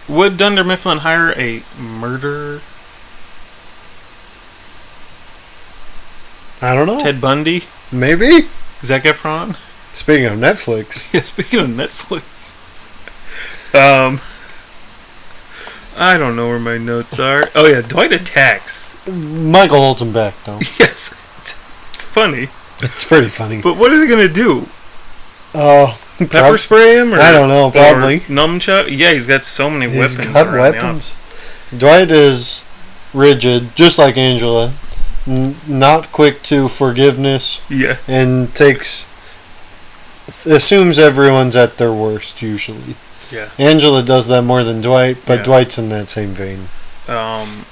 S3: would Dunder Mifflin hire a murderer,
S4: I don't know.
S3: Ted Bundy,
S4: Maybe.
S3: Zac Efron? (laughs)
S4: Speaking of Netflix,
S3: Yeah, speaking of
S4: (laughs)
S3: Netflix, um, I don't know where my notes are. Oh yeah, Dwight attacks. (laughs)
S4: Michael holds him back though.
S3: Yes, it's, it's funny,
S4: It's pretty funny.
S3: but what is he gonna do?
S4: Oh,
S3: Pepper spray him? Or,
S4: I don't know,
S3: or
S4: probably.
S3: nunchuck. Yeah, he's got so many
S4: He's
S3: weapons.
S4: got
S3: around the
S4: weapons. Dwight is rigid, just like Angela. N- not quick to forgiveness
S3: office. Yeah,
S4: and takes assumes everyone's at their worst usually.
S3: Yeah.
S4: Angela does that more than Dwight, but
S3: Yeah.
S4: Dwight's in that same vein.
S3: um,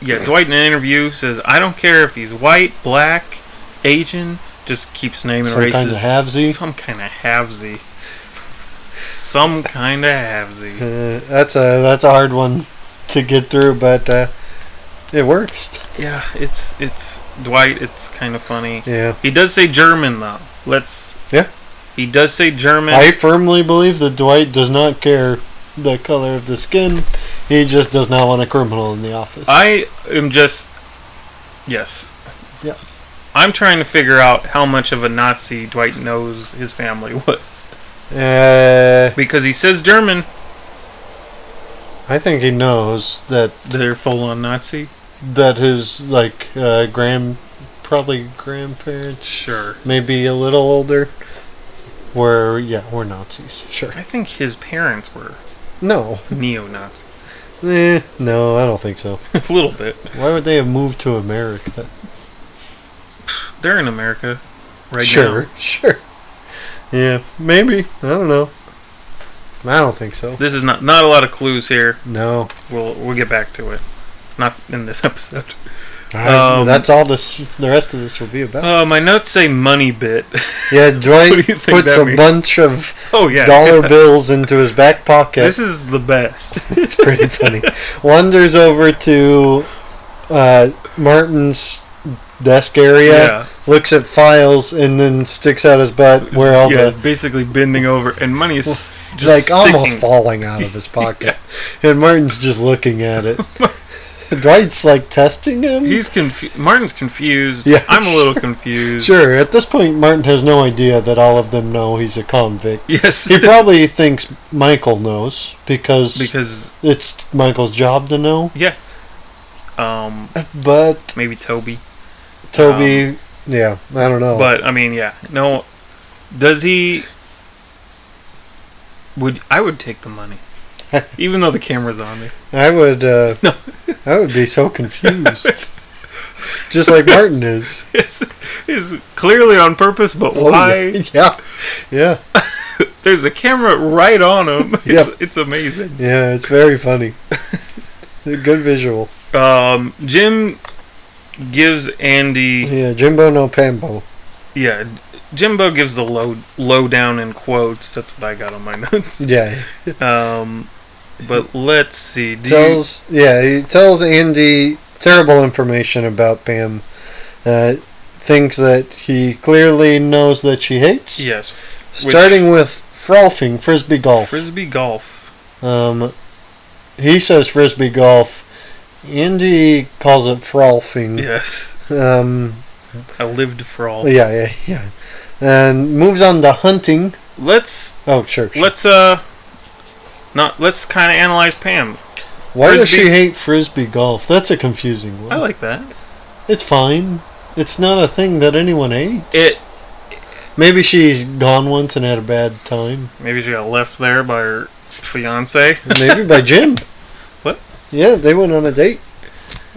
S3: yeah. Dwight in an interview says, "I don't care if he's white, black, Asian. Just keeps naming
S4: Some
S3: races.
S4: kind of havesy.
S3: Some kind of havesy. Some kind of havesy.
S4: Uh, that's a that's a hard one to get through, but uh, it works.
S3: Yeah, it's it's Dwight. It's kind of funny.
S4: Yeah,
S3: He does say German though. Let's.
S4: Yeah.
S3: He does say German.
S4: I firmly believe that Dwight does not care the color of the skin. He just does not want a criminal in the office.
S3: I am just yes.
S4: Yeah.
S3: I'm trying to figure out how much of a Nazi Dwight knows his family (laughs) was
S4: Uh,
S3: because he says German.
S4: I think he knows that
S3: They're full on Nazi.
S4: that his like uh, grand, probably grandparents,
S3: Sure.
S4: maybe a little older, were yeah were Nazis. Sure.
S3: I think his parents were
S4: No,
S3: neo (laughs) Nazis.
S4: eh, no, I don't think so.
S3: a little bit.
S4: Why would they have moved to America?
S3: They're in America right
S4: sure,
S3: now.
S4: sure. Yeah, maybe. I don't know. I don't think so.
S3: This is not not a lot of clues here.
S4: No,
S3: We'll we'll get back to it. Not in this (laughs) episode.
S4: I-
S3: Um,
S4: that's all this. The rest of this will be
S3: (laughs)
S4: about.
S3: Uh, my notes say money bit. (laughs)
S4: yeah, Dwight
S3: what do you think
S4: puts
S3: that
S4: a
S3: means?
S4: bunch of
S3: oh yeah. (laughs)
S4: dollar bills into his back pocket.
S3: This is the best.
S4: (laughs) it's pretty funny. Wanders over to uh, Martin's desk area, looks at files, and then sticks out his butt where all
S3: yeah,
S4: the
S3: basically bending over, and money is s- just
S4: like almost
S3: sticking.
S4: falling out of
S3: (laughs)
S4: his pocket, and Martin's just looking at it. Dwight's like testing him.
S3: He's confused. Martin's confused.
S4: Yeah,
S3: I'm a little confused.
S4: sure. At this point, Martin has no idea that all of them know he's a convict.
S3: Yes. (laughs)
S4: He probably thinks Michael knows because,
S3: because
S4: it's Michael's job to know.
S3: um
S4: But
S3: maybe Toby.
S4: Toby,
S3: Um,
S4: yeah, I don't know.
S3: But I mean, yeah. No. Does he? Would I would take the
S4: (laughs)
S3: money, even though the camera's on me. (laughs)
S4: I would uh,
S3: No.
S4: I would be so
S3: (laughs)
S4: confused. Just like Martin is.
S3: It's, it's clearly on purpose, but
S4: Oh,
S3: why?
S4: (laughs) Yeah. Yeah.
S3: There's a camera right on him. (laughs) It's,
S4: Yeah.
S3: it's amazing.
S4: Yeah, it's very funny. (laughs) Good visual.
S3: Um, Jim gives Andy.
S4: Yeah, Jimbo no Pambo.
S3: Yeah, Jimbo gives the low low down in quotes. That's what I got on my (laughs) notes.
S4: Yeah.
S3: Um, but let's see. Do you-
S4: tells yeah, he tells Andy terrible information about Pam. Uh, things that he clearly knows that she hates.
S3: yes, f- which-
S4: Starting with frolfing, frisbee golf.
S3: frisbee golf.
S4: Um, he says frisbee golf. Andy calls it frolfing.
S3: Yes,
S4: Um,
S3: I lived for all.
S4: Mm. yeah, yeah, yeah. And moves on to hunting.
S3: Let's
S4: Oh, sure. sure.
S3: let's uh, not let's kind of analyze Pam.
S4: Why does
S3: frisbee-
S4: she hate frisbee golf? That's a confusing one.
S3: I like that.
S4: it's fine. It's not a thing that anyone hates.
S3: It
S4: Maybe she's gone once and had a bad time.
S3: maybe she got left there by her fiance.
S4: Maybe by Jim.
S3: (laughs) What?
S4: Yeah, they went on a date.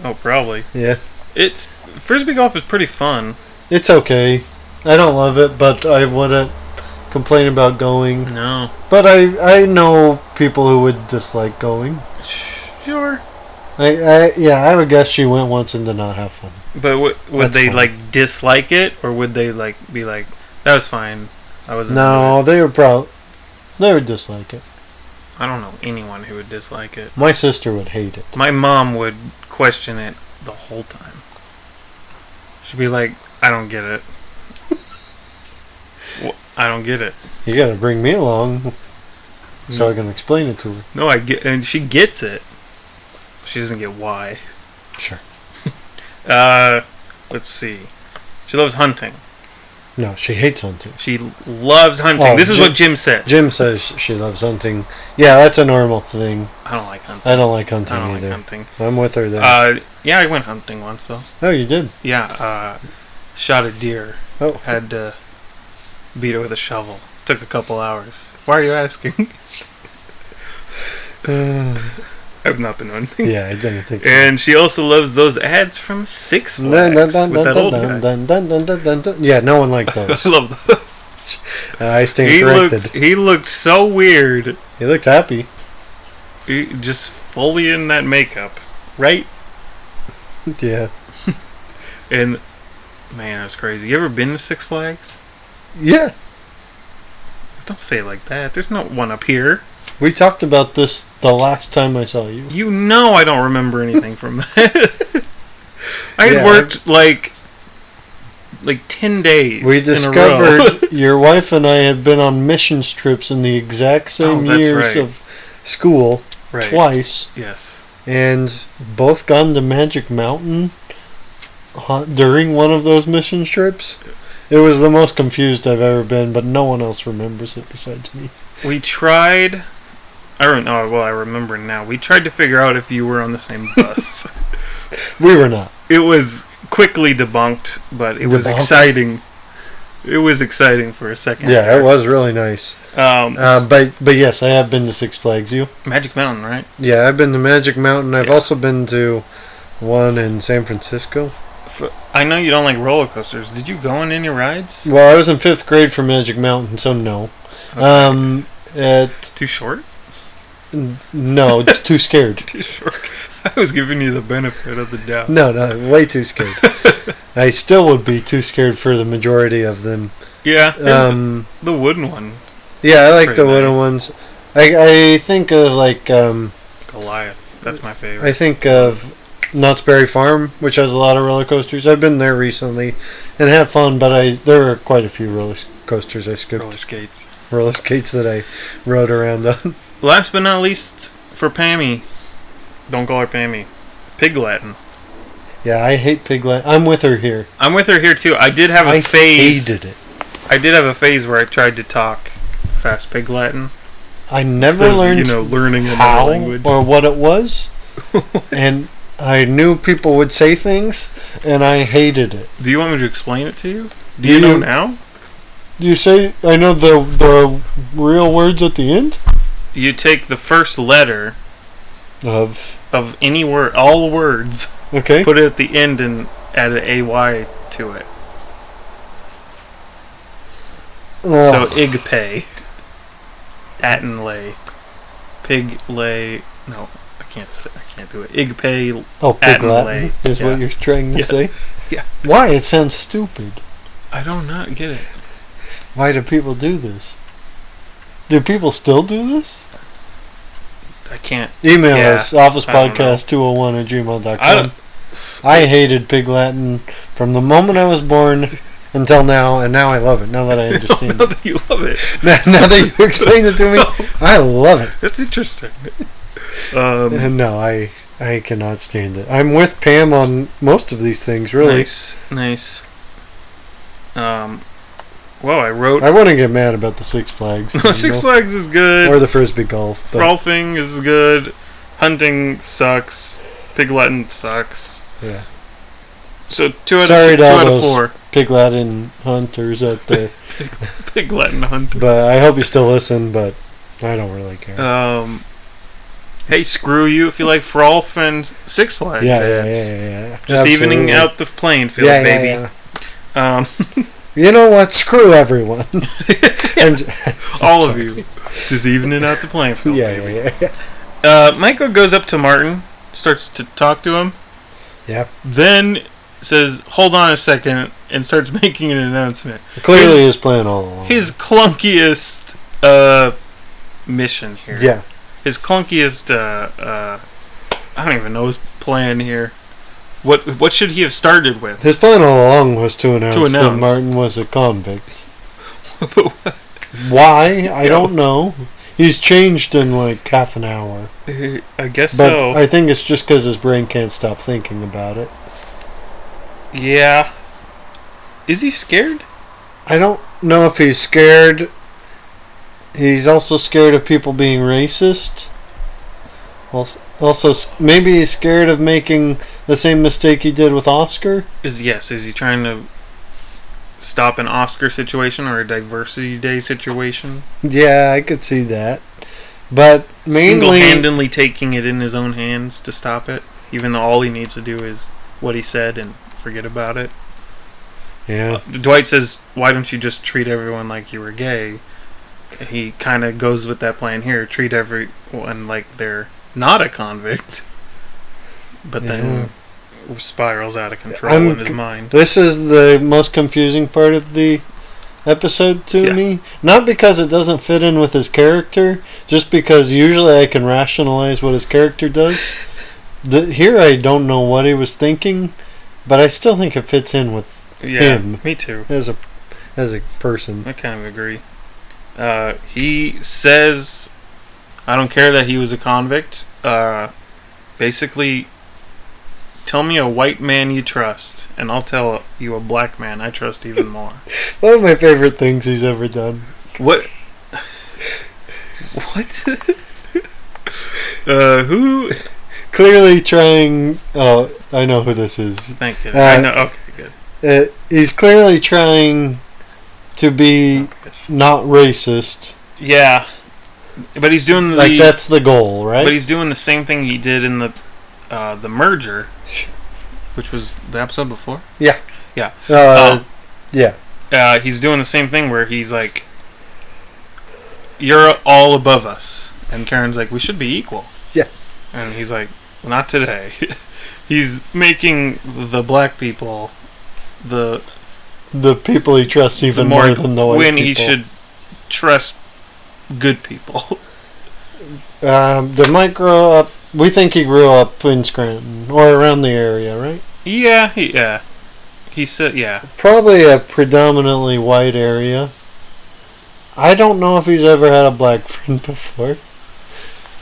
S3: Oh, probably.
S4: Yeah.
S3: It's frisbee golf is pretty fun.
S4: It's okay. I don't love it, but I wouldn't complain about going.
S3: No,
S4: But I I know people who would dislike going.
S3: sure.
S4: I, I yeah, I would guess she went once and did not have fun.
S3: But w- would
S4: That's
S3: they
S4: fine.
S3: like dislike it, or would they like be like, "That was fine, I wasn't."
S4: No, they would probably they would dislike it.
S3: bothered." I don't know anyone who would dislike it.
S4: My sister would hate it.
S3: My mom would question it the whole time.
S4: (laughs)
S3: She'd be like, "I don't get it." Wh- I don't get it.
S4: You gotta bring me along so I can explain it to her.
S3: No, I get, and she gets it. She doesn't get why.
S4: Sure.
S3: Uh, let's see. She loves hunting.
S4: No, she hates hunting.
S3: She loves hunting.
S4: Well,
S3: this is
S4: Jim-
S3: what Jim said.
S4: Jim says she loves hunting. Yeah, that's a normal thing.
S3: I don't like hunting.
S4: I don't like hunting
S3: I don't like
S4: either.
S3: hunting.
S4: I'm with her there.
S3: Uh, yeah, I went hunting once though.
S4: oh, you did?
S3: Yeah, uh, shot a deer.
S4: Oh,
S3: Had to beat it with a shovel. Took a couple hours. Why are you asking? (laughs) I've not been hunting.
S4: Uh. yeah, I didn't think so.
S3: And she also loves those ads from Six
S4: Dun,
S3: Flags
S4: dun,
S3: with
S4: dun, dun,
S3: that
S4: dun,
S3: old
S4: dun,
S3: guy.
S4: dun, dun, dun, dun, dun, dun. Yeah, no one liked those.
S3: (laughs) I love
S4: Uh,
S3: those.
S4: I
S3: He
S4: stand corrected.
S3: looked, he looked so weird.
S4: he looked happy.
S3: He, just fully in that makeup, right?
S4: Yeah.
S3: And man, that's crazy. You ever been to Six Flags?
S4: Yeah.
S3: Don't say it like that. There's not one up here.
S4: We talked about this the last time I saw you.
S3: You know I don't remember anything from (laughs) that. I had
S4: Yeah,
S3: worked like like ten days.
S4: We
S3: in a row. (laughs)
S4: discovered (laughs) your wife and I had been on mission trips in the exact same
S3: Oh, that's right.
S4: years of school
S3: Right.
S4: twice,
S3: Yes.
S4: and both gone to Magic Mountain uh, during one of those mission trips. It was the most confused I've ever been, but no one else remembers it besides me.
S3: We tried I don't know well I remember now. We tried to figure out if you were on the
S4: (laughs)
S3: same bus.
S4: We were not.
S3: it was quickly debunked, but it was
S4: Debunked.
S3: exciting. It was exciting for a second.
S4: Yeah, it was really nice.
S3: Um,
S4: Uh, but but yes, I have been to Six Flags. You?
S3: Magic Mountain, right?
S4: Yeah, I've been to Magic Mountain. I've
S3: Yeah.
S4: also been to one in San Francisco.
S3: F- I know you don't like roller coasters. Did you go on any rides?
S4: Well, I was in fifth grade for Magic Mountain, so no. Um, at
S3: Too short? (laughs)
S4: (laughs) no, just too scared.
S3: Too short. I was giving you the benefit of the doubt.
S4: No, no, way too (laughs) scared. I still would be too scared for the majority of them.
S3: Yeah, there's
S4: Um,
S3: the wooden one,
S4: yeah, I like
S3: pretty
S4: the wooden
S3: nice.
S4: ones. I I think of like um,
S3: Goliath. That's my favorite.
S4: I think of Knott's Berry Farm, which has a lot of roller coasters. I've been there recently and had fun, but I there were quite a few roller coasters I skipped.
S3: roller skates.
S4: roller skates that I rode around on. (laughs)
S3: Last but not least, for Pammy, don't call her Pammy. Pig Latin.
S4: yeah, I hate Piglet. I'm with her here.
S3: I'm with her here too. I did have a
S4: I
S3: phase.
S4: hated it.
S3: I did have a phase where I tried to talk fast Pig Latin.
S4: I never
S3: So,
S4: learned
S3: you know learning another
S4: how
S3: language.
S4: or what
S3: (laughs)
S4: it was, and I knew people would say things, and I hated it.
S3: Do you want me to explain it to you? Do
S4: Do
S3: you know
S4: you-
S3: now?
S4: You say I know the the real words at the end
S3: You take the first letter
S4: of
S3: of any word, all words.
S4: okay.
S3: put it at the end and add an ay to it. So
S4: Ugh.
S3: igpay, atinlay, piglay. No, I can't. s- I can't do it. Igpay.
S4: oh, pig Latin
S3: Adelaide,
S4: is
S3: yeah.
S4: what you're trying to
S3: Yeah.
S4: say.
S3: (laughs) Yeah.
S4: Why it sounds stupid.
S3: I do not get it.
S4: Why do people do this? Do people still do this?
S3: I
S4: (laughs)
S3: can't.
S4: Email
S3: Yeah,
S4: us office
S3: I don't know.
S4: podcast 201 at gmail.com.
S3: I don't-
S4: I hated Pig Latin from the moment I was born until now, and now I love it. Now
S3: (laughs)
S4: that I (laughs) understand
S3: Now
S4: it.
S3: that you love it,
S4: Now, now that you explained it
S3: (laughs)
S4: to me, I love it.
S3: that's interesting. Um,
S4: And no, I I cannot stand it. I'm with Pam on most of these things, really.
S3: nice, nice. Um, well, I wrote (laughs)
S4: I wouldn't get mad about the Six Flags, thing,
S3: Six
S4: though,
S3: Flags is good.
S4: or the frisbee golf. But,
S3: Frolfing is good. Hunting sucks. Pig Latin sucks.
S4: yeah,
S3: So two out
S4: Sorry
S3: of two, two
S4: to all
S3: out of
S4: those-
S3: four. (laughs)
S4: Pig Latin hunters out there.
S3: Pig Latin hunters.
S4: but I hope you still listen. But I don't really care.
S3: um, hey, screw you if you like Frolf and Six Flags.
S4: yeah, yeah, yeah,
S3: ads.
S4: yeah, yeah, yeah.
S3: Just evening
S4: Absolutely.
S3: out the playing field,
S4: Yeah, yeah,
S3: baby.
S4: yeah. (laughs)
S3: Um,
S4: You know what? Screw everyone. (laughs) I'm j- (laughs)
S3: all of you. Just evening out the playing field,
S4: yeah,
S3: baby.
S4: yeah, yeah.
S3: Uh, Michael goes up to Martin, starts to talk to him.
S4: Yep.
S3: Then says, "Hold on a second, and starts (laughs) making an announcement.
S4: Clearly, his plan all along.
S3: His clunkiest uh, mission here.
S4: yeah,
S3: his clunkiest uh, uh, I don't even know his plan here. What what should he have started with? (laughs)
S4: his plan all along was to announce,
S3: announce.
S4: that Martin was a convict. Why? I don't know. He's changed in like half an hour.
S3: I guess
S4: But
S3: so.
S4: I think it's just because his brain can't stop thinking about it.
S3: yeah. Is he scared?
S4: I don't know if he's scared. He's also scared of people being racist. Also, also s- maybe he's scared of making the same mistake he did with Oscar.
S3: Is yes. Is he trying to stop an Oscar situation or a Diversity Day situation?
S4: Yeah, I could see that. But mainly,
S3: Single-handedly taking it in his own hands to stop it, even though all he needs to do is what he said and forget about it.
S4: yeah,
S3: Dwight says, "Why don't you just treat everyone like you were gay?" He kind of goes with that plan here. Treat everyone like they're not a convict, but then spirals out of control
S4: I'm
S3: in his
S4: c-
S3: mind.
S4: this is the most confusing part of the episode to
S3: Yeah.
S4: me. Not because it doesn't fit in with his character, just because usually I can rationalize what his character does. The, here, I don't know what he was thinking, but I still think it fits in with
S3: Yeah,
S4: him.
S3: me too.
S4: as a as a person.
S3: I kind of agree. Uh, he says, "I don't care that he was a convict. Uh, basically, tell me a white man you trust, and I'll tell you a black man I trust even more."
S4: One of my favorite things he's ever done.
S3: What? (laughs) what? uh, who?
S4: Clearly trying. Oh, I know who this is.
S3: Thank you.
S4: Uh,
S3: I know. Okay, good.
S4: Uh, he's clearly trying to be
S3: Oh, gosh.
S4: not racist.
S3: Yeah, but he's doing the
S4: Like that's the goal, right?
S3: but he's doing the same thing he did in the uh, the merger, which was the episode before. Oh.
S4: Uh, yeah.
S3: Uh, he's doing the same thing where he's like, "You're all above us," and Karen's like, "We should be equal."
S4: Yes.
S3: And he's like, not today. (laughs) he's making the black people the,
S4: The people he trusts
S3: the
S4: even more, than the white
S3: when
S4: people.
S3: he should trust good people. (laughs)
S4: Um, the might grow up. We think he grew up in Scranton or around the area, right?
S3: yeah, he, yeah. He said, yeah.
S4: Probably a predominantly white area. I don't know if he's ever had a black (laughs) friend before.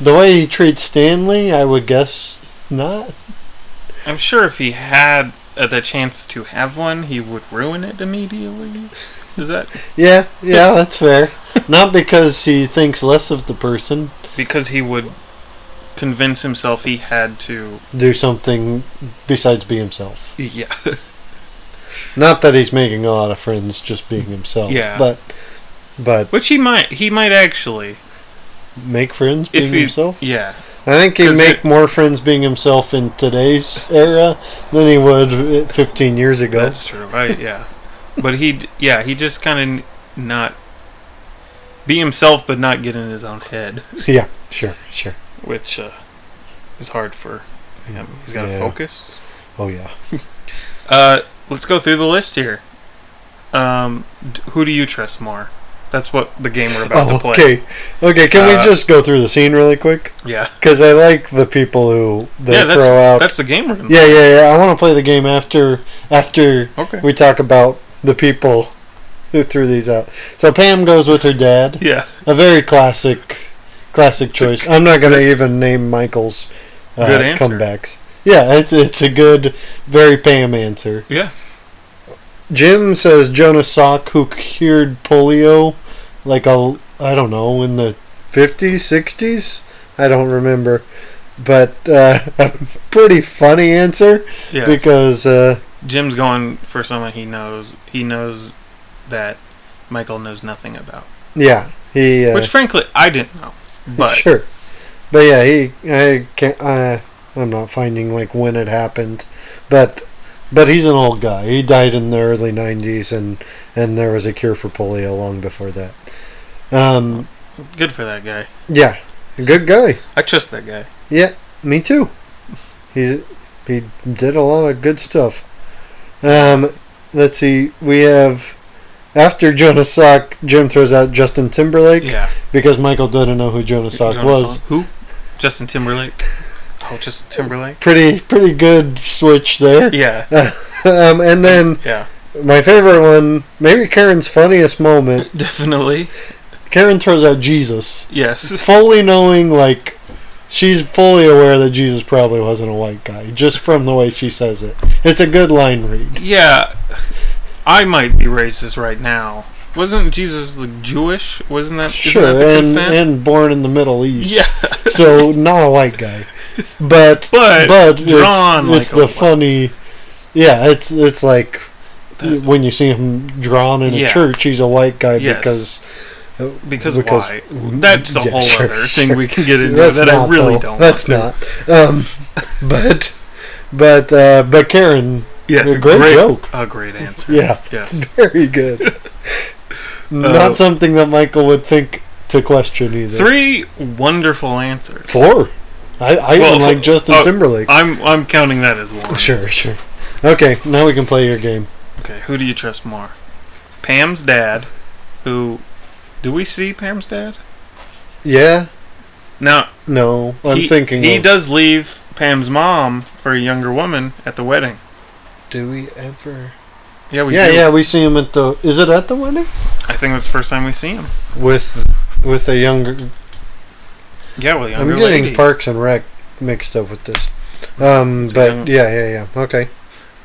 S4: The way he treats Stanley, I would guess not.
S3: I'm sure if he had uh, the chance to have one, he would ruin it immediately. Is that
S4: Yeah, yeah, that's fair. (laughs) not because he thinks less of the person,
S3: because he would convince himself he had to?
S4: do something besides be himself.
S3: Yeah.
S4: Not that he's making a lot of friends, just being himself.
S3: Yeah.
S4: But but
S3: Which he might. He might actually.
S4: make friends being
S3: If he,
S4: himself.
S3: Yeah.
S4: I think he'd
S3: 'Cause
S4: make
S3: it-
S4: more friends being himself in today's era than he would 15 years ago.
S3: That's true. Right? Yeah. but he, yeah, he just kind of not be himself, but not get in his own head,
S4: yeah, sure, sure.
S3: which uh, is hard for him. He's got to
S4: Yeah.
S3: focus.
S4: Oh yeah.
S3: Uh, let's go through the list here. Um, d- who do you trust more? That's what the game we're about to
S4: Oh,
S3: play.
S4: okay. Okay, can
S3: Uh,
S4: we just go through the scene really quick?
S3: Yeah.
S4: Cuz I like the people who they
S3: yeah, that's,
S4: throw out.
S3: that's the game we're going to
S4: yeah, yeah, yeah. I want to play the game after after
S3: Okay.
S4: we talk about the people who threw these out. So Pam goes with her dad.
S3: Yeah.
S4: A very classic, classic choice. I'm not going to even name Michael's uh,
S3: Good answer.
S4: comebacks. Yeah, it's it's a good, very Pam answer.
S3: Yeah.
S4: Jim says Jonas Salk, who cured polio, like a I don't know in the 50s, 60s. I don't remember, but uh, (laughs) a pretty funny answer
S3: Yeah.
S4: because uh,
S3: Jim's going for someone he knows. He knows that Michael knows nothing about.
S4: yeah he uh,
S3: Which, frankly, I didn't
S4: (laughs)
S3: know. But
S4: sure, but yeah, he I can't. Uh, I'm not finding like when it happened, but but he's an old guy. He died in the early '90s, and and there was a cure for polio long before that. Um,
S3: good for that guy.
S4: yeah, a good guy.
S3: I trust that guy.
S4: Me too. He he did a lot of good stuff. Um, let's see. We have after Jonas Salk, Jim throws out Justin Timberlake
S3: Yeah.
S4: because Michael didn't know who Jonas Salk
S3: Jonas
S4: was.
S3: Salk. Who? Justin Timberlake. Oh, Justin Timberlake.
S4: Pretty pretty good switch there. (laughs)
S3: Yeah.
S4: um, and then
S3: Yeah.
S4: my favorite one, maybe Karen's funniest
S3: (laughs)
S4: moment.
S3: Definitely.
S4: Karen throws out Jesus,
S3: Yes.
S4: fully knowing like she's fully aware that Jesus probably wasn't a white guy, just from the way she says it. It's a good line
S3: (laughs)
S4: read.
S3: Yeah. I might be racist right now. Wasn't Jesus like Jewish? Wasn't that isn't
S4: Sure,
S3: that the
S4: and
S3: consent?
S4: and born in the Middle
S3: (laughs)
S4: East.
S3: yeah.
S4: (laughs) so not a white guy, but
S3: (laughs) But drawn
S4: it's, it's
S3: like a
S4: the funny. Yeah, it's it's like when you see him drawn in
S3: Yeah.
S4: a church, he's a white guy
S3: Yes.
S4: because
S3: Because,
S4: Because-
S3: why? That's a
S4: Yeah,
S3: whole
S4: sure,
S3: other
S4: sure.
S3: thing we can get into
S4: that's
S3: that
S4: not
S3: I really don't.
S4: though. That's
S3: want
S4: not. Um, but but uh, but Karen,
S3: to. Yes,
S4: a great joke.
S3: A great answer.
S4: yeah,
S3: Yes.
S4: (laughs) very good.
S3: Uh,
S4: Not something that Michael would think to question either.
S3: Three wonderful answers.
S4: four. I, I
S3: Well, uh,
S4: even
S3: so-
S4: like Justin
S3: oh,
S4: Timberlake.
S3: I'm I'm counting that as one.
S4: (laughs) sure, sure. Okay, now we can play your game.
S3: Okay, who do you trust more? Pam's dad, who do we see Pam's dad?
S4: Yeah.
S3: Now
S4: No, I'm
S3: he,
S4: thinking.
S3: he
S4: of,
S3: does leave Pam's mom for a younger woman at the wedding.
S4: do we ever?
S3: Yeah, we
S4: yeah,
S3: do.
S4: yeah, we see him at the. Is it at the wedding?
S3: I think that's the first time we see him.
S4: With, with a younger.
S3: Yeah, well, a younger
S4: I'm getting
S3: lady.
S4: Parks and Rec mixed up with this. Um,
S3: a
S4: but
S3: young-
S4: yeah, yeah, yeah. Okay.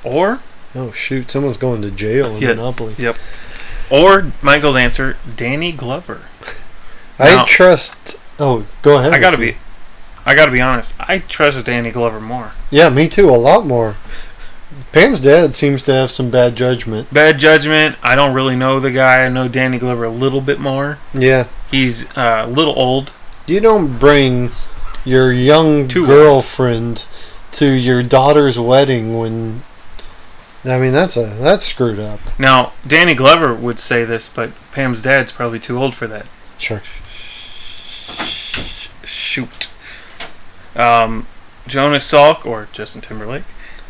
S3: or
S4: Oh shoot, someone's going to jail in
S3: Yeah.
S4: Monopoly.
S3: or Michael's answer, Danny Glover. Now-
S4: I trust. Oh, go ahead.
S3: I gotta
S4: if
S3: be,
S4: you-
S3: I gotta be honest. I trust Danny Glover more.
S4: Yeah, me too. A lot more. Pam's dad seems to have some bad judgment.
S3: Bad judgment. I don't really know the guy. I know Danny Glover a little bit more.
S4: Yeah,
S3: He's uh, a little old.
S4: you don't bring your young
S3: Too old.
S4: girlfriend to your daughter's wedding when. I mean, that's a that's screwed up.
S3: Now, Danny Glover would say this, but Pam's dad's probably too old for that.
S4: Sure.
S3: Shoot. Um, Jonas Salk or Justin Timberlake.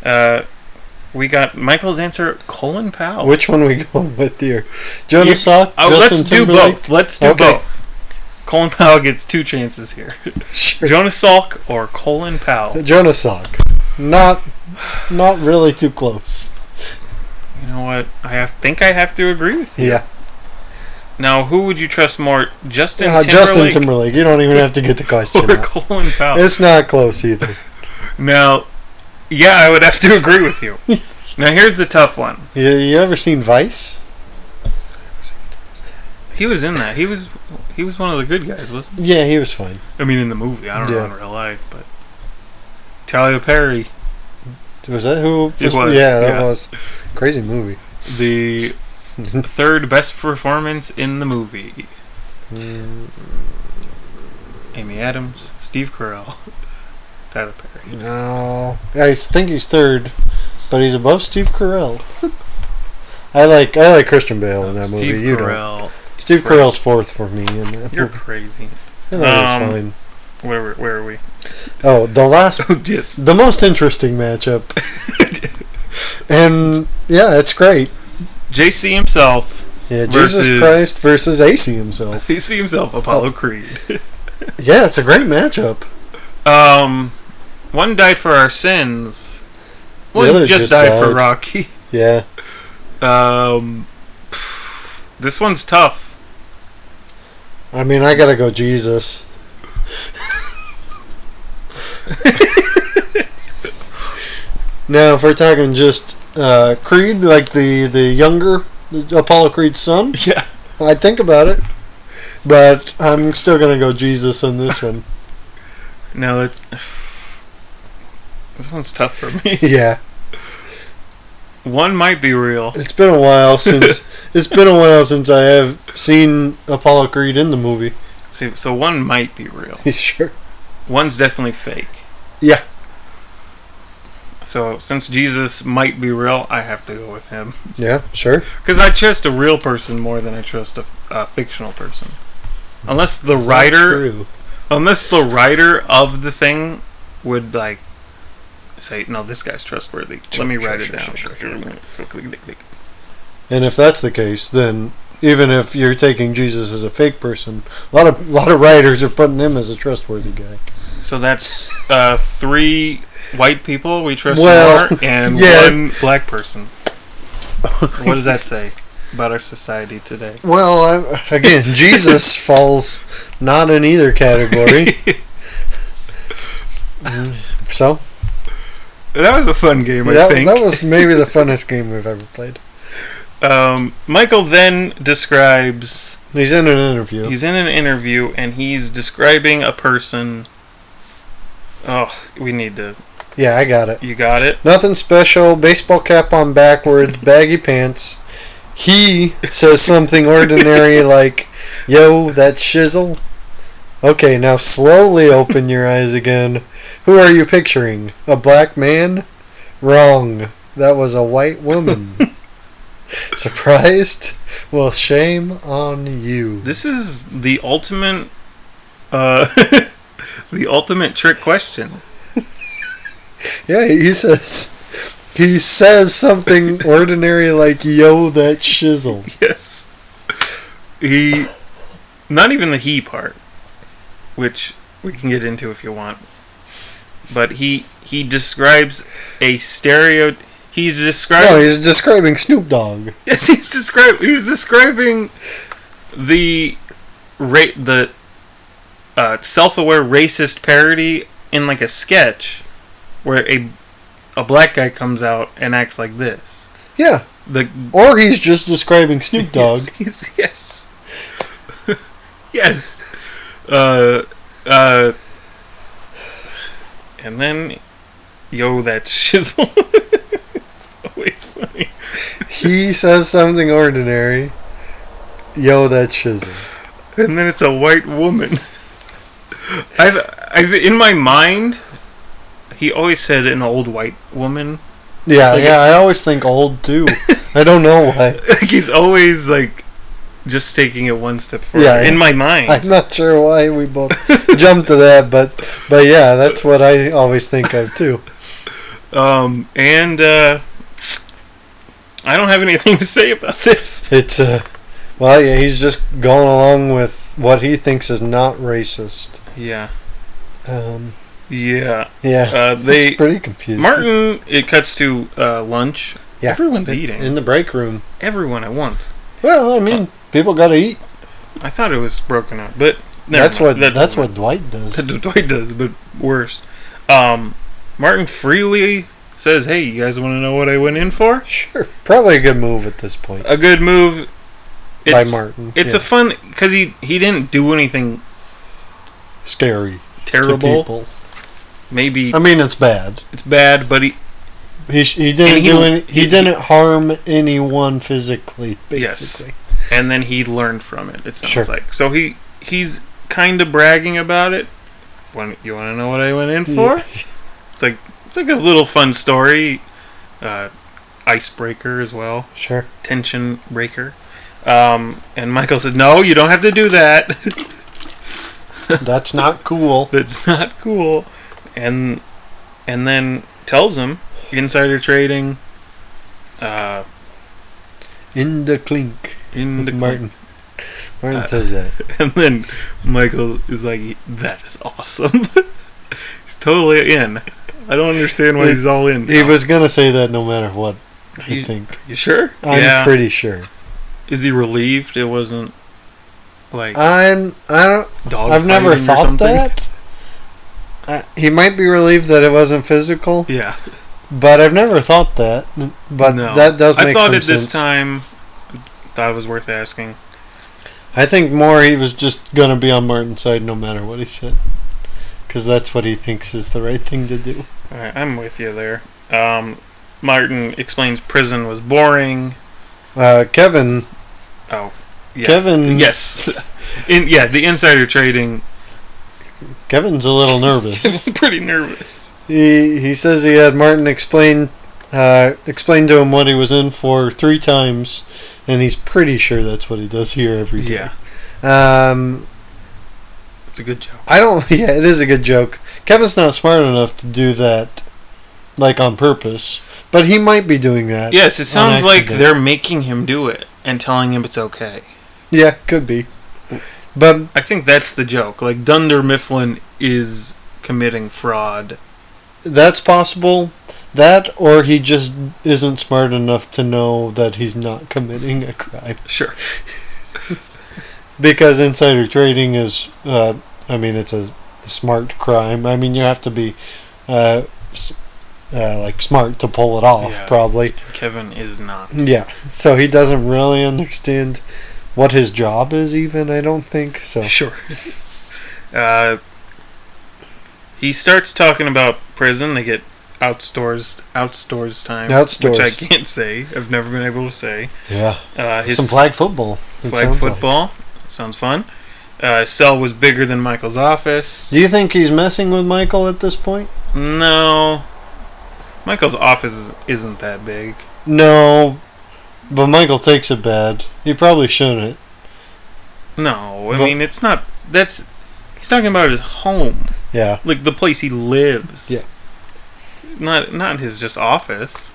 S3: Uh, we got Michael's answer, Colin Powell.
S4: Which one we (laughs) going with here? Jonas Salk.
S3: oh,
S4: Justin
S3: let's do
S4: Timberlake? (laughs)
S3: both. Let's do
S4: Okay.
S3: both. Colin Powell gets two chances
S4: (laughs)
S3: here.
S4: Sure.
S3: Jonas Salk or Colin Powell.
S4: Jonas Salk. Not, not really too close.
S3: You know what? I have, think I have to agree with you.
S4: Yeah.
S3: Now, who would you trust more, Justin
S4: Uh, Justin
S3: Timberlake
S4: Timberlake. You don't even have to get the question.
S3: or
S4: out.
S3: Colin Powell?
S4: It's not close either.
S3: Now, yeah, I would have to agree with
S4: (laughs)
S3: you. now, here's the tough one.
S4: You, you ever seen Vice?
S3: He was in that. He was he was one of the good guys, wasn't
S4: Yeah, he was fine.
S3: he? I mean, in the movie. I don't know
S4: Yeah.
S3: in real life, but Talia Perry,
S4: Was that who?
S3: It was,
S4: Yeah, that
S3: yeah.
S4: was crazy movie. (laughs)
S3: the third best performance in the movie.
S4: Mm,
S3: Amy Adams, Steve Carell, (laughs) Tyler Perry.
S4: no, I think he's third, but he's above Steve Carell. (laughs) I like I like Christian Bale in that movie.
S3: Steve
S4: you don't.
S3: Carell.
S4: Steve
S3: Cra-
S4: Carell's fourth for me in that.
S3: You're
S4: movie.
S3: crazy.
S4: I thought it was
S3: um,
S4: fine.
S3: Where were- where are we?
S4: Oh, the last
S3: Oh, (laughs) yes.
S4: the most interesting matchup. and yeah, it's great.
S3: JC himself. (laughs)
S4: Yeah, Jesus
S3: Versus-
S4: Christ versus AC himself.
S3: JC himself.
S4: Oh.
S3: Apollo Creed.
S4: Yeah, it's a great matchup.
S3: Um, one died for our sins.
S4: The
S3: One
S4: other
S3: just,
S4: just
S3: died, for
S4: died.
S3: Rocky.
S4: Yeah.
S3: Um, (sighs) this one's tough.
S4: I mean, I gotta go Jesus. (laughs) now, if we're talking just uh, Creed, like the the younger the Apollo Creed's son,
S3: (laughs) Yeah.
S4: I'd think about it. But I'm still gonna go Jesus on this one. (laughs)
S3: No, that's (sighs) this one's tough for me.
S4: (laughs) yeah,
S3: One might be real.
S4: it's been a while (laughs) since it's been a while since I have seen Apollo Creed in the (laughs) movie.
S3: See, so one might be real.
S4: sure.
S3: One's definitely fake.
S4: Yeah.
S3: So since Jesus might be real, I have to go with him
S4: Yeah. Sure.
S3: because I trust a real person more than I trust a, f- a fictional person. Unless the
S4: It's not
S3: writer
S4: true.
S3: unless the writer of the thing would like say no this guy's trustworthy let me
S4: Sure,
S3: write it
S4: sure,
S3: down
S4: sure, And if that's the case, then even if you're taking Jesus as a fake person, a lot of lot of writers are putting him as a trustworthy guy.
S3: so that's uh, three white people we trust
S4: (laughs) Well,
S3: more and
S4: yeah.
S3: one black person What does that say about our society today?
S4: (laughs) Well, I, again, (laughs) Jesus falls not in either category. (laughs) Mm, so
S3: (laughs) That was a fun game, I
S4: that,
S3: think.
S4: that was maybe the funnest game we've ever played.
S3: um, Michael then describes
S4: He's in an interview.
S3: he's in an interview and he's describing a person. Oh, we need to.
S4: yeah, I got it.
S3: You got it.
S4: Nothing special. Baseball cap on backwards. Baggy pants. He says something ordinary like, "Yo, that shizzle." Okay, now slowly open your eyes again. Who are you picturing? A black man? Wrong. That was a white woman. Surprised? Well, shame on you.
S3: This is the ultimate, uh, (laughs) the ultimate trick question.
S4: Yeah, he says. He says something ordinary like, "Yo, that shizzle."
S3: (laughs) Yes. He, not even the he part, which we can get into if you want. But he he describes a stereo. He describes.
S4: No, he's describing Snoop Dogg.
S3: (laughs) Yes, he's describe he's describing the ra- the uh, self-aware racist parody in like a sketch where a a black guy comes out and acts like this.
S4: Yeah,
S3: The
S4: Or he's just
S3: (laughs)
S4: describing (laughs) Snoop Dogg.
S3: Yes. Yes. (laughs) yes. Uh, uh, and then yo that shizzle. (laughs) Always funny.
S4: He says something ordinary. Yo, that shizzle.
S3: and then it's a white woman. (laughs) I've, I've in my mind, he always said an old white woman. (laughs)
S4: Yeah, yeah. I always think old too. I don't know
S3: (laughs)
S4: why.
S3: Like he's always like just taking it one step further.
S4: Yeah, yeah.
S3: In my mind,
S4: I'm not sure why we both jumped to that, but but yeah, that's what I always think of too.
S3: um, and uh, I don't have anything (laughs) to say about this.
S4: It's uh, well, yeah. He's just going along with what he thinks is not racist.
S3: Yeah,
S4: Um,
S3: yeah.
S4: yeah.
S3: Uh,
S4: it's
S3: they
S4: pretty confusing.
S3: Martin. It cuts to uh, lunch.
S4: Yeah.
S3: everyone's eating.
S4: in the break room.
S3: Everyone at once.
S4: Well, I mean, people gotta eat.
S3: I thought it was broken up, but never
S4: That's
S3: mind.
S4: what
S3: That
S4: that's
S3: doesn't
S4: what Dwight
S3: (laughs)
S4: does.
S3: that Dwight does, but worse. Um, Martin freely says, "Hey, you guys want to know what I went in for?
S4: Sure. Probably a good move at this point
S3: A good move."
S4: by Martin.
S3: It's
S4: Yeah.
S3: a fun because he he didn't do anything
S4: scary to
S3: terrible.
S4: people. Um,
S3: Maybe
S4: I mean, it's bad.
S3: it's bad, but he
S4: He, sh- he didn't
S3: And he-
S4: do any, he,
S3: he-
S4: didn't harm anyone physically.
S3: Yes.
S4: Basically,
S3: and then he learned from it. It sounds
S4: Sure.
S3: like so he he's kind of bragging about it. When you want to know what I went in for? It's like it's like a little fun story, uh, icebreaker as well.
S4: (laughs) sure.
S3: tension breaker. Um, and Michael said, "No, you don't have to do that. (laughs)
S4: That's not cool.
S3: That's not cool." And and then tells him insider trading. Uh,
S4: In the clink,
S3: in the
S4: Martin. Martin
S3: Uh,
S4: says that.
S3: (laughs) and then Michael is like, "That is awesome." (laughs) he's totally in. I don't understand
S4: E-
S3: why he's all in.
S4: He was gonna say that no matter what. I
S3: You-
S4: think
S3: You sure?
S4: I'm pretty sure.
S3: Is he relieved it wasn't like
S4: I'm. I don't.
S3: dog?
S4: I've never
S3: fighting or
S4: thought
S3: something?
S4: that. Uh, he might be relieved that it wasn't physical,
S3: Yeah.
S4: but I've never thought that. But
S3: no.
S4: that does make
S3: I thought
S4: some
S3: it this
S4: sense.
S3: time. Thought it was worth asking.
S4: I think more he was just gonna be on Martin's side no matter what he said, because that's what he thinks is the right thing to do.
S3: Alright, I'm with you there. Um, Martin explains prison was boring.
S4: Uh, Kevin,
S3: Yeah.
S4: Kevin,
S3: Yes. (laughs) In, yeah, the insider trading.
S4: Kevin's
S3: (laughs)
S4: a little nervous.
S3: I'm pretty nervous.
S4: he he says he had Martin explain uh, explain to him what he was in for three times, and he's pretty sure that's what he does here every day.
S3: Yeah.
S4: Um,
S3: It's a good joke.
S4: I don't. (laughs) Yeah, it is a good joke. Kevin's not smart enough to do that, like on purpose. But he might be doing that.
S3: Yes, it sounds like
S4: accident.
S3: they're making him do it and telling him it's okay.
S4: Yeah, could be. But
S3: I think that's the joke. Like, Dunder Mifflin is committing fraud.
S4: That's possible. That or he just isn't smart enough to know that he's not committing a crime.
S3: Sure.
S4: Because insider trading is, uh, I mean, it's a smart crime. I mean, you have to be, uh, s- uh, like, smart to pull it off,
S3: Yeah.
S4: probably.
S3: Kevin is not.
S4: Yeah. So he doesn't really understand what his job is, even, I don't think. So,
S3: Sure. (laughs) uh, he starts talking about prison. They get outstores, outstores time, which I
S4: Outstores.
S3: can't say. I've never been able to say.
S4: yeah.
S3: Uh, his
S4: Some flag football. it
S3: flag
S4: sounds like.
S3: football sounds fun. Uh, his cell was bigger than Michael's office.
S4: Do you think he's messing with Michael at this point?
S3: No, Michael's office is- isn't that big.
S4: No, but Michael takes it bad. He probably shouldn't.
S3: No, I
S4: But-
S3: mean it's not. That's he's talking about his home,
S4: Yeah.
S3: like the place he lives.
S4: Yeah.
S3: Not not his just office.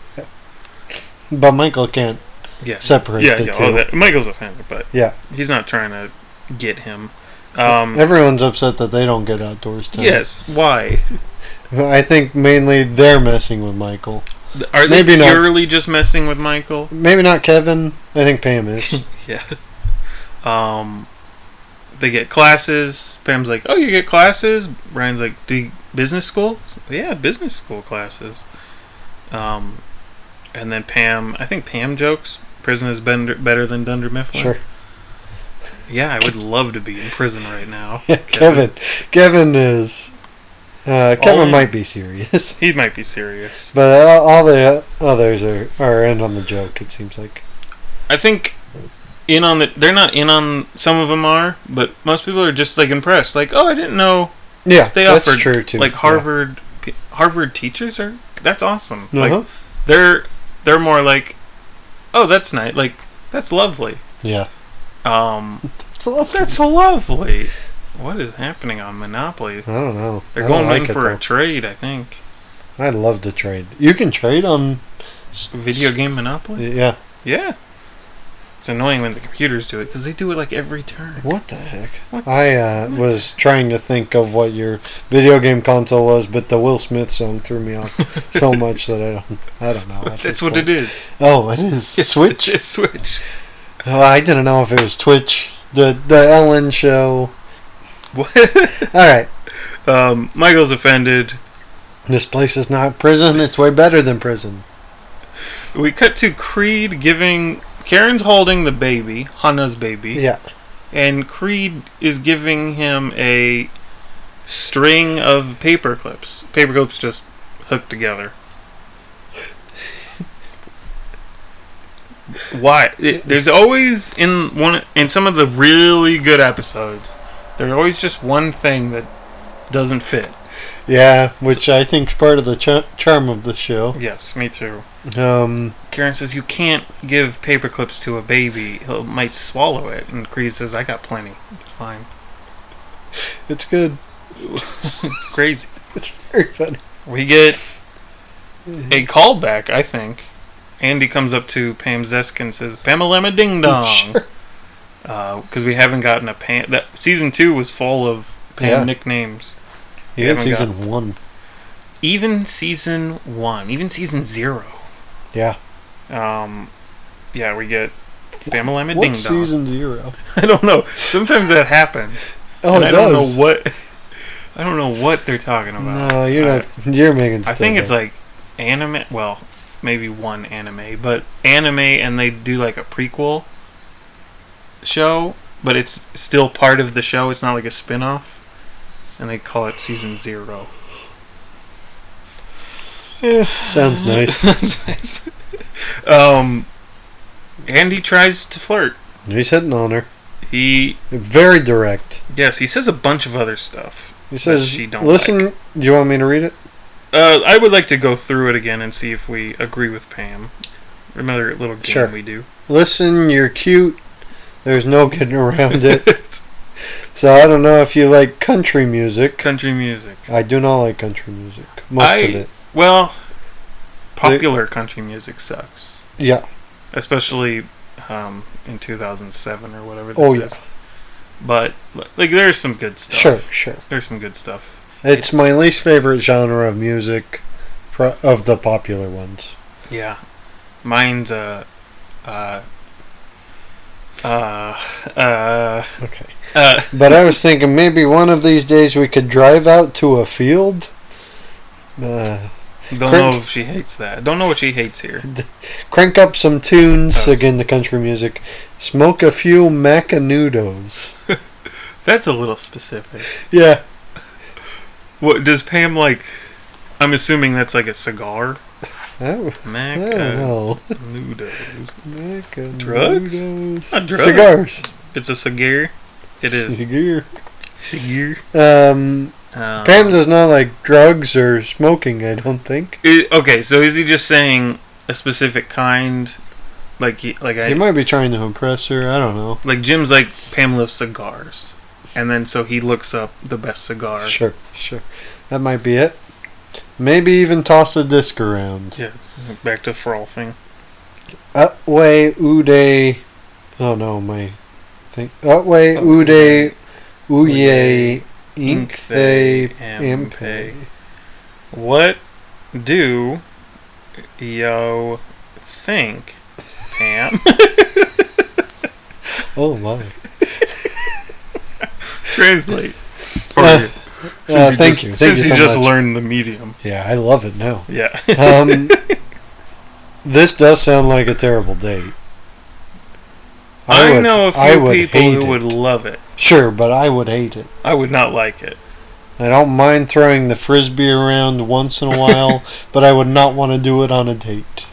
S4: But Michael can't
S3: Yeah.
S4: separate
S3: yeah,
S4: the
S3: yeah.
S4: two.
S3: Oh, that, Michael's offended, but
S4: Yeah.
S3: he's not trying to get him. Um,
S4: Everyone's upset that they don't get outdoors time.
S3: yes. Why?
S4: I think mainly they're messing with Michael.
S3: Are they
S4: Maybe not.
S3: purely just messing with Michael?
S4: Maybe not Kevin. I think
S3: (laughs)
S4: Pam is.
S3: Yeah. Um, they get classes. Pam's like, "Oh, you get classes." Ryan's like, "Do you- business school?" Yeah, business school classes. Um, and then Pam, I think Pam jokes, "Prison is bender, better than Dunder Mifflin."
S4: sure. (laughs)
S3: Yeah, I would love to be in prison right now.
S4: Yeah, Kevin. Kevin is. Uh, Kevin
S3: All-
S4: might be serious. (laughs)
S3: He might be serious.
S4: But all, all the others are, are in on the joke, it seems like.
S3: I think in on the they're not in on some of them are, but most people are just like impressed. Like, oh, I didn't know
S4: Yeah,
S3: they
S4: that's
S3: offered
S4: true, too.
S3: like
S4: Yeah.
S3: Harvard pe Harvard teachers are that's awesome.
S4: Uh-huh.
S3: Like they're they're more like, oh, that's nice. Like that's lovely.
S4: yeah. (laughs)
S3: Um,
S4: It's a lot-
S3: that's lovely. What is happening on Monopoly?
S4: I don't know.
S3: They're
S4: I
S3: going
S4: don't
S3: in
S4: like it,
S3: for
S4: though.
S3: a trade, I think.
S4: I'd love to trade. You can trade on.
S3: Video game Monopoly.
S4: Yeah.
S3: Yeah. It's annoying when the computers do it because they do it like every turn.
S4: What the heck?
S3: What?
S4: I uh, was trying to think of what your video game console was, but the Will Smith song threw me
S3: (laughs)
S4: off so much that I don't. I don't know.
S3: That's what it
S4: (laughs)
S3: is.
S4: Oh,
S3: (laughs)
S4: it is Switch.
S3: It's Switch.
S4: Oh, I didn't know if it was Twitch. The the Ellen show.
S3: What?
S4: All right.
S3: um, Michael's offended.
S4: This place is not prison. It's way better than prison.
S3: We cut to Creed giving. Karen's holding the baby, Hannah's baby,
S4: Yeah.
S3: and Creed is giving him a string of paper clips. Paper clips just hooked together. Why? It- there's always in one in some of the really good episodes, there's always just one thing that doesn't fit.
S4: Yeah, which I think's part of the char- charm of the show.
S3: Yes, me too.
S4: Um,
S3: Karen says, "You can't give paper clips to a baby; he might swallow it." And Creed says, "I got plenty. It's fine. (laughs)
S4: it's good.
S3: It's crazy."
S4: It's very funny.
S3: We get
S4: Mm-hmm.
S3: a callback, I think. Andy comes up to Pam's desk and says, "Pamalama Ding
S4: (laughs)
S3: Dong,"
S4: Sure.
S3: because we haven't gotten a Pam. That season two was full of Pam
S4: Yeah.
S3: nicknames. We
S4: Yeah,
S3: haven't
S4: season one.
S3: Even season one, even season zero.
S4: Yeah.
S3: Um, yeah, we get Pamalama Ding Dong.
S4: What season zero?
S3: (laughs) I don't know. Sometimes that happens.
S4: Oh,
S3: and
S4: it
S3: I
S4: does.
S3: don't know what. (laughs) I don't know what they're talking about.
S4: No, you're not. You're making.
S3: I
S4: stuff
S3: think it's
S4: up.
S3: like anime. Well, maybe one anime, but anime, and they do like a prequel show, but it's still part of the show. It's not like a spin off. And they call it season zero.
S4: Eh, (sighs) sounds nice.
S3: (laughs)
S4: (laughs)
S3: um, Andy tries to flirt.
S4: He's hitting on her.
S3: He
S4: Very direct.
S3: yes, he says a bunch of other stuff.
S4: He says,
S3: she don't
S4: "Listen, do you want me to read it?"
S3: Uh, I would like to go through it again and see if we agree with Pam. Another little game
S4: Sure.
S3: we do.
S4: Listen, you're cute. There's no getting around it.
S3: (laughs)
S4: so I don't know if you like country music.
S3: Country music.
S4: I do not like country music. Most
S3: I-
S4: of it.
S3: Well, popular country music sucks,
S4: Yeah.
S3: especially um, in 2007 or whatever.
S4: Oh,
S3: is. But like, there's some good stuff.
S4: Sure. Sure.
S3: There's some good stuff. It's-
S4: It's, my least favorite genre of music. pro- of the popular ones.
S3: Yeah. Mine's uh uh uh uh
S4: Okay.
S3: uh
S4: But I was thinking maybe one of these days we could drive out to a field. Uh,
S3: don't know if she hates that. Don't know what she hates here.
S4: crank up some
S3: Yes.
S4: tunes again, the country music. Smoke a few macanudos.
S3: That's a little specific.
S4: Yeah,
S3: What does Pam like I'm assuming that's like a cigar.
S4: I, w- I
S3: Mac
S4: don't
S3: uh,
S4: know.
S3: noodles.
S4: Macanudos.
S3: Not drugs.
S4: Cigars.
S3: It's a cigar. It
S4: (laughs)
S3: is.
S4: Cigar.
S3: Cigar.
S4: Um,
S3: Um,
S4: Pam does not like drugs or smoking. I don't think.
S3: i- okay, so is he just saying a specific kind? Like he, like I
S4: He might be trying to impress her. I don't know.
S3: like Jim's like Pam loves cigars, and then so he looks up the best cigar.
S4: Sure, sure. That might be it. Maybe even toss a disc around.
S3: Back to frothing.
S4: Utway Uday. Oh no, my thing. Utway Uday Uye Inkthe Impe.
S3: What do yo think,
S4: (laughs)
S3: Pam?
S4: Oh my.
S3: Translate. For
S4: Uh,
S3: you, since
S4: Uh, thank
S3: just,
S4: you. Thank
S3: since
S4: you
S3: you,
S4: so
S3: just
S4: much.
S3: learned the medium.
S4: Yeah, I love
S3: (laughs)
S4: it now.
S3: Yeah.
S4: Um, this does sound like a terrible date.
S3: (laughs) I, know a few people
S4: hate
S3: who
S4: it.
S3: would love it.
S4: Sure, but I would hate it.
S3: I would not like it.
S4: I don't mind throwing the frisbee around once in a while, but I would not want to do it on a date.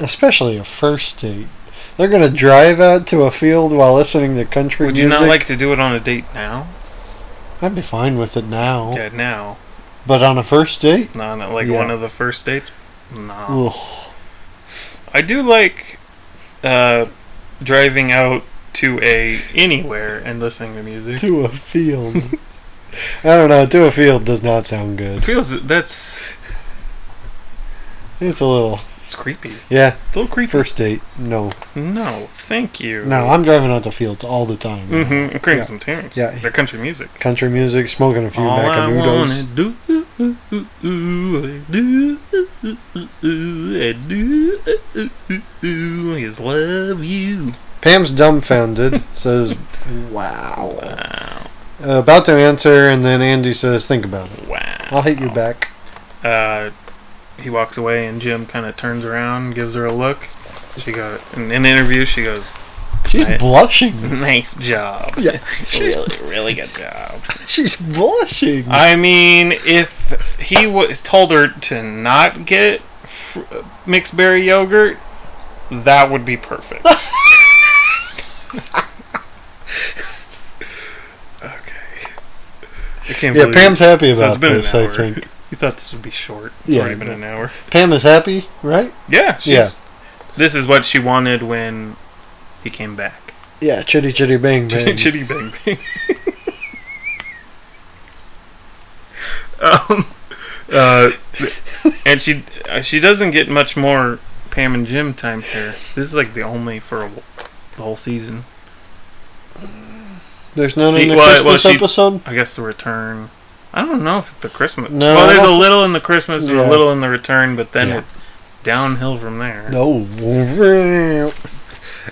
S4: Especially a first date. They're going to drive out to a field while listening to country
S3: Would you
S4: music.
S3: not like to do it on a date now?
S4: I'd be fine with it now,
S3: Yeah, now.
S4: but on a first date?
S3: Not on, like
S4: Yeah.
S3: one of the first dates? No. (laughs)
S4: Ugh.
S3: I do like uh, driving out to a anywhere and listening to music.
S4: To a field. I don't know, to a field does not sound
S3: It
S4: good.
S3: feels that's
S4: It's a little.
S3: it's creepy.
S4: Yeah,
S3: It's a little creepy.
S4: first date. No.
S3: No, thank you.
S4: No, I'm driving out to fields all the time.
S3: Mm-hmm. Creating
S4: Yeah.
S3: some tunes.
S4: Yeah.
S3: They're country music.
S4: Country music, smoking a few
S3: All I wanna
S4: macanudos.
S3: do, do, do, do, do, do, do, do, do, is love you.
S4: Pam's dumbfounded, (laughs) says, Wow.
S3: Wow,
S4: about to answer, and then Andy says, "Think about it.
S3: wow.
S4: I'll hit you back."
S3: uh, he walks away and Jim kind of turns around, and gives her a look. She goes in an interview. She goes,
S4: She's
S3: Right.
S4: blushing.
S3: "Nice job,
S4: Yeah, she's
S3: (laughs) really, really good job."
S4: she's blushing.
S3: I mean, if he was told her to not get fr- mixed berry yogurt, that would be (laughs) perfect. okay. I can't
S4: yeah,
S3: believe
S4: Pam's happy
S3: So it's
S4: about
S3: been an
S4: this. I
S3: hour.
S4: think
S3: You thought this would be short. It's
S4: Yeah,
S3: already been an hour.
S4: Pam is happy, right?
S3: Yeah. She's, This is what she wanted when he came back.
S4: Yeah, chitty (laughs) chitty bang bang.
S3: Chitty bang
S4: (laughs)
S3: bang. um, uh, and she uh, she doesn't get much more Pam and Jim time here. This is like the only for a, wh- the whole season.
S4: There's none
S3: She-
S4: in the
S3: well, well,
S4: Christmas
S3: she-
S4: episode.
S3: I guess the return. I don't know if it's the Christmas.
S4: No,
S3: well,
S4: I
S3: there's
S4: don't
S3: a little in the Christmas, there's
S4: Yeah.
S3: a little in the return, but then
S4: Yeah.
S3: downhill from there.
S4: No.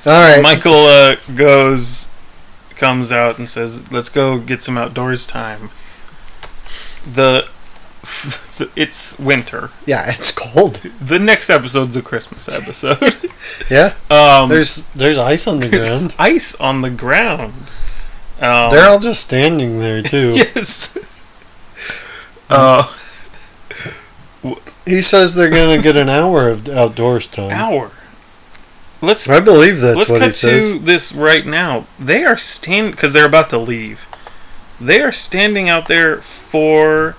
S4: All right.
S3: Michael uh, goes, comes out and says, "Let's go get some outdoors time." The, (laughs) it's winter.
S4: Yeah, it's cold.
S3: The next episode's a Christmas episode.
S4: Yeah,
S3: um, there's
S4: (laughs) there's there's ice on the ground.
S3: ice on the ground. Um,
S4: They're all just standing there too.
S3: (laughs) yes. Uh,
S4: He says they're gonna get an hour of outdoors time.
S3: hour. Let's
S4: I believe that's
S3: let's
S4: what he
S3: cut
S4: says.
S3: to this right now. They are stand because they're about to leave. They are standing out there for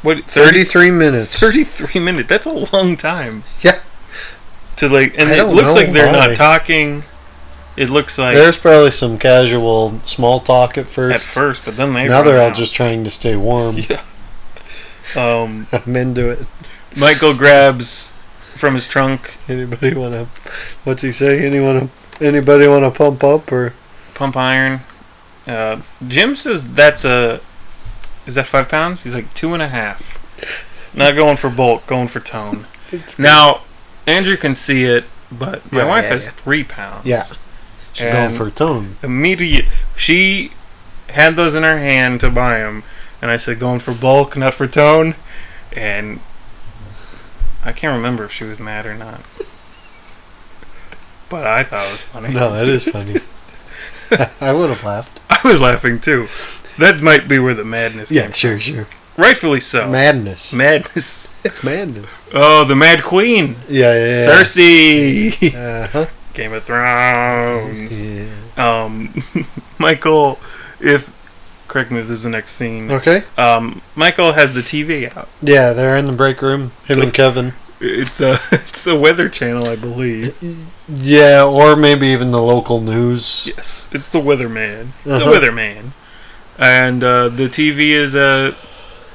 S3: what 30
S4: Thirty-three minutes.
S3: 33 minutes. That's a long time.
S4: Yeah.
S3: To like, and
S4: I
S3: it
S4: don't
S3: looks
S4: know
S3: like they're
S4: why.
S3: not talking. It looks like
S4: There's probably some casual small talk at first.
S3: at first, but then they
S4: now they're
S3: run
S4: all
S3: out.
S4: just trying to stay (laughs) warm.
S3: Yeah. Um,
S4: I'm into it.
S3: Michael grabs from his trunk
S4: Anybody want to? What's he say? Anyone? Anybody want to pump up or?
S3: pump iron. Uh, Jim says that's a. Is that five pounds? He's like two and a half. Not going for bulk, going for tone. now, Andrew can see it, but my
S4: Yeah,
S3: wife
S4: yeah,
S3: has
S4: yeah.
S3: three pounds.
S4: Yeah. She's going
S3: And-
S4: for tone.
S3: Immediate. She had those in her hand to buy them, and I said, going for bulk, not for tone. And I can't remember if she was mad or not. But I thought it was funny.
S4: (laughs) No, that is (laughs) funny. I would have laughed.
S3: (laughs) I was laughing too. That might be where the madness
S4: Yeah,
S3: came
S4: sure, sure.
S3: from. Rightfully so.
S4: Madness.
S3: madness.
S4: Oh. It's madness.
S3: Oh, the Mad Queen,
S4: Yeah, yeah, yeah. (laughs)
S3: Cersei,
S4: Uh-huh.
S3: Game of Thrones.
S4: Yeah.
S3: Um, (laughs) Michael, if correct me if this is the next scene.
S4: Okay.
S3: Um, Michael has the TV out.
S4: Yeah, they're in the break room. Him and Kevin.
S3: It's a (laughs) it's a Weather Channel, I believe.
S4: Yeah, or maybe even the local news.
S3: Yes, it's the Weatherman. It's the
S4: Uh-huh.
S3: Weatherman, and uh, the TV is uh,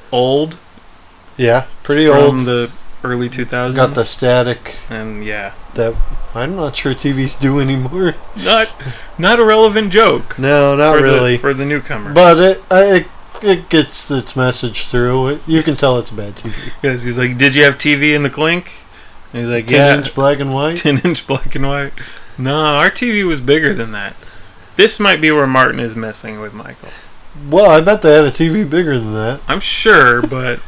S3: old
S4: Yeah, pretty
S3: from
S4: old.
S3: the early 2000s.
S4: Got the static
S3: and yeah,
S4: that I'm not sure TVs do
S3: (laughs)
S4: anymore.
S3: not not a relevant joke.
S4: No, not
S3: for
S4: really.
S3: the, for the newcomer.
S4: but it, I- it it gets its message through. It, you can tell it's a bad TV.
S3: Because he's like, did you have TV in the clink? And he's like,
S4: Ten
S3: yeah, (laughs)
S4: inch black and white.
S3: 10 inch black and white. No, our TV was bigger than that. This might be where Martin is messing with Michael.
S4: Well, I bet they had a TV bigger than that.
S3: I'm sure, (laughs) but.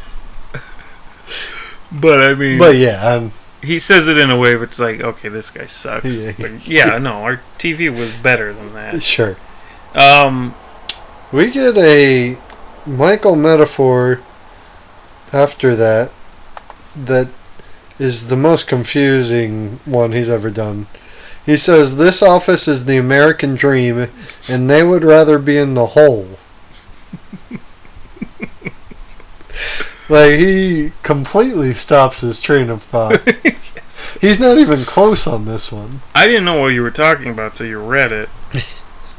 S3: But I mean,
S4: But yeah, um,
S3: he says it in a way that's like, okay, this guy sucks.
S4: Yeah.
S3: Yeah, yeah no, our TV was better than
S4: (laughs)
S3: that.
S4: sure.
S3: Um, (laughs)
S4: We get a Michael metaphor after that that is the most confusing one he's ever done. He says, This office is the American dream, and they would rather be in the hole. like, he completely stops his train of thought. He's not even close on this one.
S3: I didn't know what you were talking about till you read it.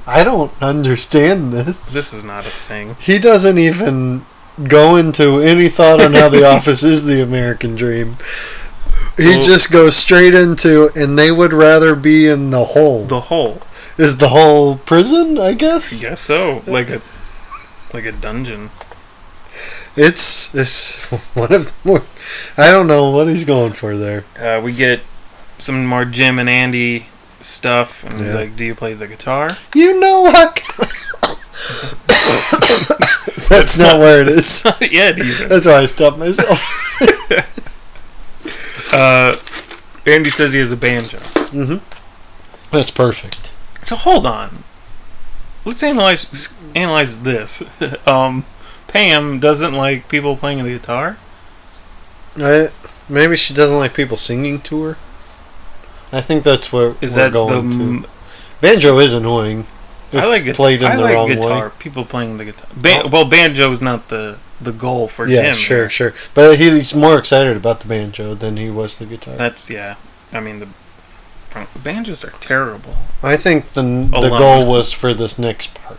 S4: I don't understand this.
S3: This is not a thing.
S4: he doesn't even go into any thought on how (laughs) the office is the American dream. He
S3: Well-
S4: just goes straight into, and they would rather be in the hole.
S3: The whole.
S4: is the hole prison? I guess.
S3: guess so. Like a, like a dungeon.
S4: It's it's (laughs) one of the more. I don't know what he's going for there.
S3: Uh, we get some more Jim and Andy stuff, and he's
S4: Yeah.
S3: like, "Do you play the
S4: (laughs)
S3: guitar?" (laughs)
S4: You know what? (laughs) That's not where it (laughs) is.
S3: yeah, do you?
S4: That's why I stopped myself.
S3: Uh, Andy says he has a banjo.
S4: That's perfect.
S3: So hold on. Let's analyze analyze this. (laughs) um, Pam doesn't like people playing the guitar.
S4: I, Uh, maybe she doesn't like people singing to her. I think that's where
S3: Is
S4: we're
S3: that the?
S4: going to.
S3: m-
S4: Banjo is annoying. If
S3: I like guitar.
S4: played in
S3: I
S4: the
S3: like
S4: wrong
S3: guitar.
S4: way.
S3: People playing the guitar. Ban- Well, banjo is not the the goal for
S4: Yeah,
S3: Jim.
S4: sure, sure. But he's more excited about the banjo than he was the guitar.
S3: That's yeah. I mean the banjos are terrible.
S4: I think the the
S3: Alone.
S4: goal was for this next part.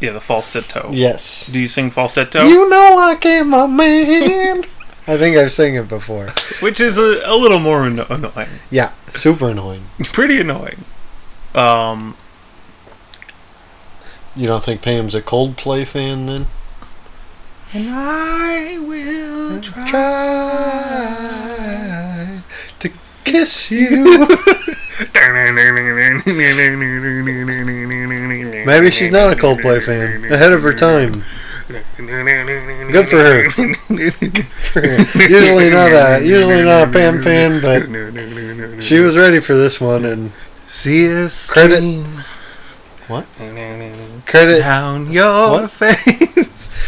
S3: Yeah, the falsetto.
S4: Yes.
S3: Do you sing falsetto?
S4: You know I came my man. (laughs) I think I've sang it before.
S3: Which is a, a little more anno- annoying. (laughs)
S4: Yeah, super annoying.
S3: Pretty annoying. Um,
S4: You don't think Pam's a Coldplay fan then?
S3: and I will
S4: Try to kiss you. (laughs) Maybe she's not a Coldplay fan. Ahead of her time. (laughs) Good
S3: (laughs)
S4: for her. usually not a usually not a Pam fan, but she was ready for this one and
S3: See us
S4: Credit- What? credit
S3: Down your (laughs)
S4: What?
S3: face.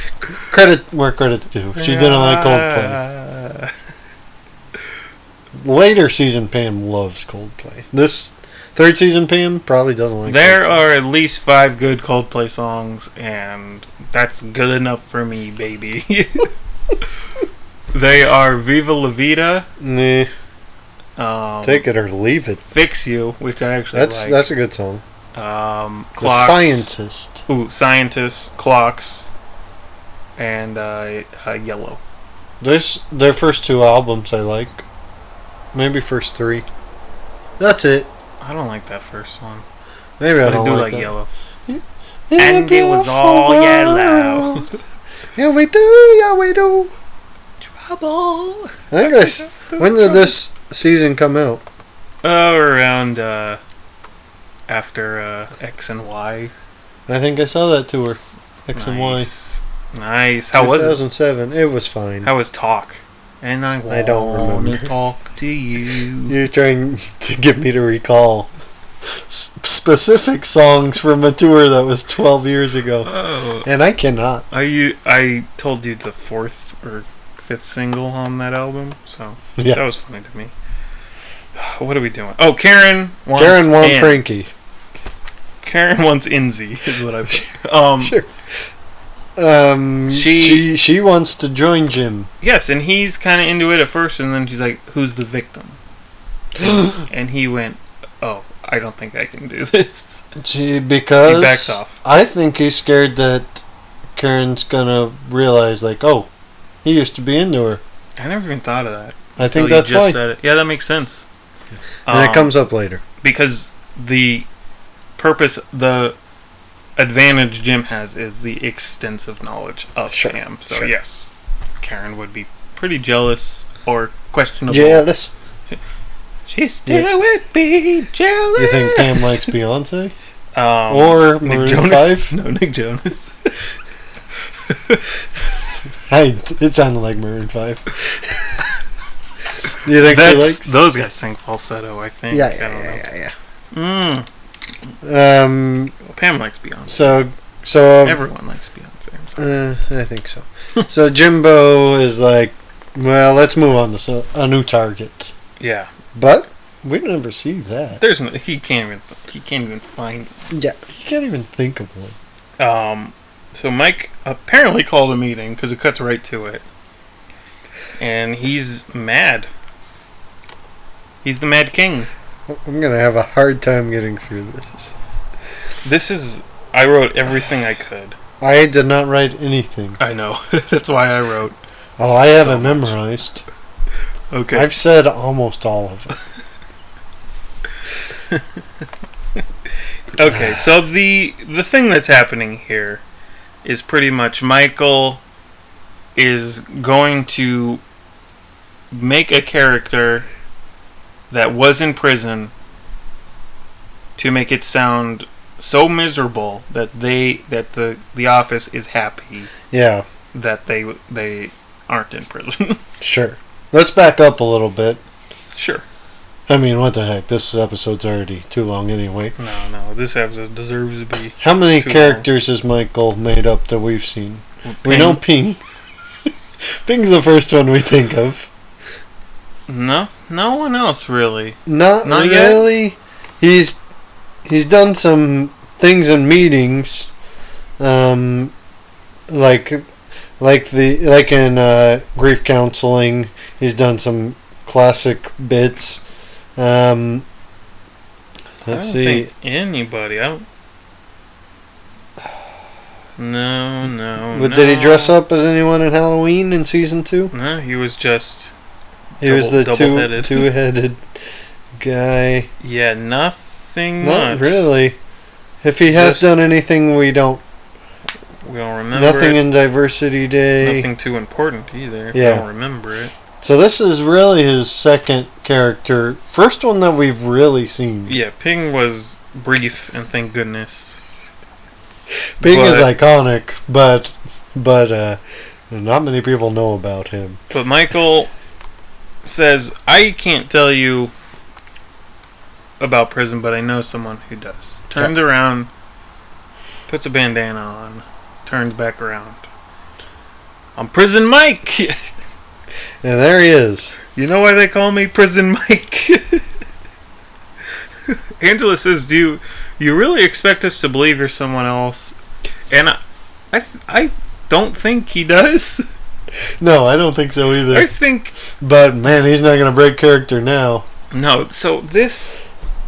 S4: credit where credit's due. She didn't like Coldplay.
S3: Ah.
S4: Later season Pam loves Coldplay. This third season Pam probably doesn't like.
S3: There
S4: Coldplay.
S3: are at least five good Coldplay songs, and that's good enough for me, baby. (laughs) they are Viva La Vida,
S4: Nah,
S3: um,
S4: take it or leave it.
S3: Fix You, which I actually
S4: That's
S3: like.
S4: that's a good song.
S3: um,
S4: The
S3: Clocks,
S4: scientist.
S3: Ooh, Scientists, Clocks, and uh, uh, Yellow.
S4: There's their first two albums I like. Maybe first three. That's it.
S3: I don't like that first one,
S4: Maybe I
S3: but
S4: don't
S3: I do
S4: like,
S3: like,
S4: that.
S3: Yellow. And it was all yellow.
S4: (laughs) yeah, we do. Yeah, we do.
S3: trouble.
S4: I think this. When did this season come out?
S3: Oh, (laughs) around uh, after uh, X and Y.
S4: I think I saw that tour. X and Y.
S3: nice. and Y. Nice. How was it?
S4: 2007. It was fine.
S3: How was talk? And I want
S4: I don't
S3: to
S4: remember.
S3: talk to you.
S4: You're trying (laughs) to get me to recall s- specific songs from a tour that was 12 years ago,
S3: Oh,
S4: and I cannot. (laughs)
S3: I I told you the fourth or fifth single on that album, so
S4: Yeah.
S3: that was funny to me. (sighs) What are we doing? Oh, Karen wants
S4: Karen won
S3: in.
S4: Frankie.
S3: Karen wants Inzy (laughs) is what I um
S4: Sure. Um,
S3: She-
S4: she, she she wants to
S3: (gasps)
S4: join Jim.
S3: yes, and he's kind of into it at first, and then she's like, "Who's the victim?" and he went, "Oh, I don't think I can do (laughs) this."
S4: She, because
S3: He backs off.
S4: I think he's scared that Karen's gonna realize like, oh, he used to be into her.
S3: I never even thought of that.
S4: I
S3: until
S4: think
S3: you
S4: that's why.
S3: said it. Yeah, that makes sense.
S4: and
S3: Um,
S4: it comes up later.
S3: because the purpose the advantage Jim has is the extensive knowledge of
S4: Sure,
S3: Pam. So
S4: sure.
S3: yes, Karen would be pretty jealous or questionable.
S4: Jealous.
S3: She still would be jealous.
S4: You
S3: (laughs)
S4: think Pam likes Beyonce
S3: um,
S4: or
S3: Nick
S4: Maroon
S3: Jonas?
S4: Five?
S3: (laughs)
S4: (laughs)
S3: No, Nick Jonas.
S4: Hey, it sounded like Maroon Five. (laughs) you think she
S3: That's,
S4: likes?
S3: those guys sing falsetto. I think.
S4: yeah,
S3: I don't know.
S4: yeah, yeah, yeah,
S3: Mm,
S4: yeah. Um.
S3: Pam likes Beyonce.
S4: So, so um,
S3: Everyone likes Beyonce. I'm sorry.
S4: Uh, I think so. (laughs) so Jimbo is like, well, let's move on to so, a new target.
S3: Yeah,
S4: But we never see that.
S3: there's no. He can't even. He can't even find
S4: Yeah, you can't even think of one.
S3: Um, so Mike apparently called a meeting because it cuts right to it, and he's mad. He's the Mad King.
S4: I'm gonna have a hard time getting through this.
S3: This is. I wrote everything I could.
S4: I did not write anything.
S3: I know. (laughs) That's why I wrote.
S4: Oh, I
S3: So
S4: haven't memorized.
S3: Okay.
S4: I've said almost all of it.
S3: Okay. So the the thing that's happening here is pretty much Michael is going to make a character that was in prison to make it sound so miserable that they that the the office is happy
S4: (laughs) Yeah,
S3: that they they aren't in prison. (laughs)
S4: sure. Let's back up a little bit.
S3: sure.
S4: I mean, what the heck? This episode's already too long anyway.
S3: No, no. This episode deserves to be.
S4: How many
S3: Too long.
S4: characters has Michael made up that we've seen? We know Ping. (laughs) Ping's the first one we think of.
S3: No, no one else really.
S4: Not,
S3: Not yet?
S4: really. He's he's done some things in meetings, um, like like the like in uh, grief counseling. He's done some classic bits. Um, let's
S3: I don't
S4: see.
S3: Think anybody? I don't. No, no.
S4: But did he
S3: no.
S4: dress up as anyone in Halloween in season two?
S3: No, he was just.
S4: He was
S3: Double-
S4: the two
S3: double-headed.
S4: two headed guy.
S3: Yeah, nothing
S4: Not
S3: much.
S4: really. If he has
S3: Just-
S4: done anything we don't,
S3: We don't remember
S4: nothing
S3: it.
S4: in Diversity Day.
S3: nothing too important either. If
S4: Yeah.
S3: I don't remember it.
S4: So this is really his second character, first one that we've really seen.
S3: Yeah, Ping was brief, and thank goodness.
S4: Ping is
S3: But-
S4: iconic, but but uh, not many people know about him.
S3: But Michael says, "I can't tell you about prison, but I know someone who does." Turns around, puts a bandana on, turns back around. I'm Prison Mike. (laughs)
S4: And there he is.
S3: you know why they call me Prison Mike? (laughs) Angela says, "Do you, you really expect us to believe you're someone else?" And I, I, th- I don't think he does. (laughs)
S4: No, I don't think so
S3: I
S4: either.
S3: think
S4: But man, he's not gonna break character now.
S3: No, so this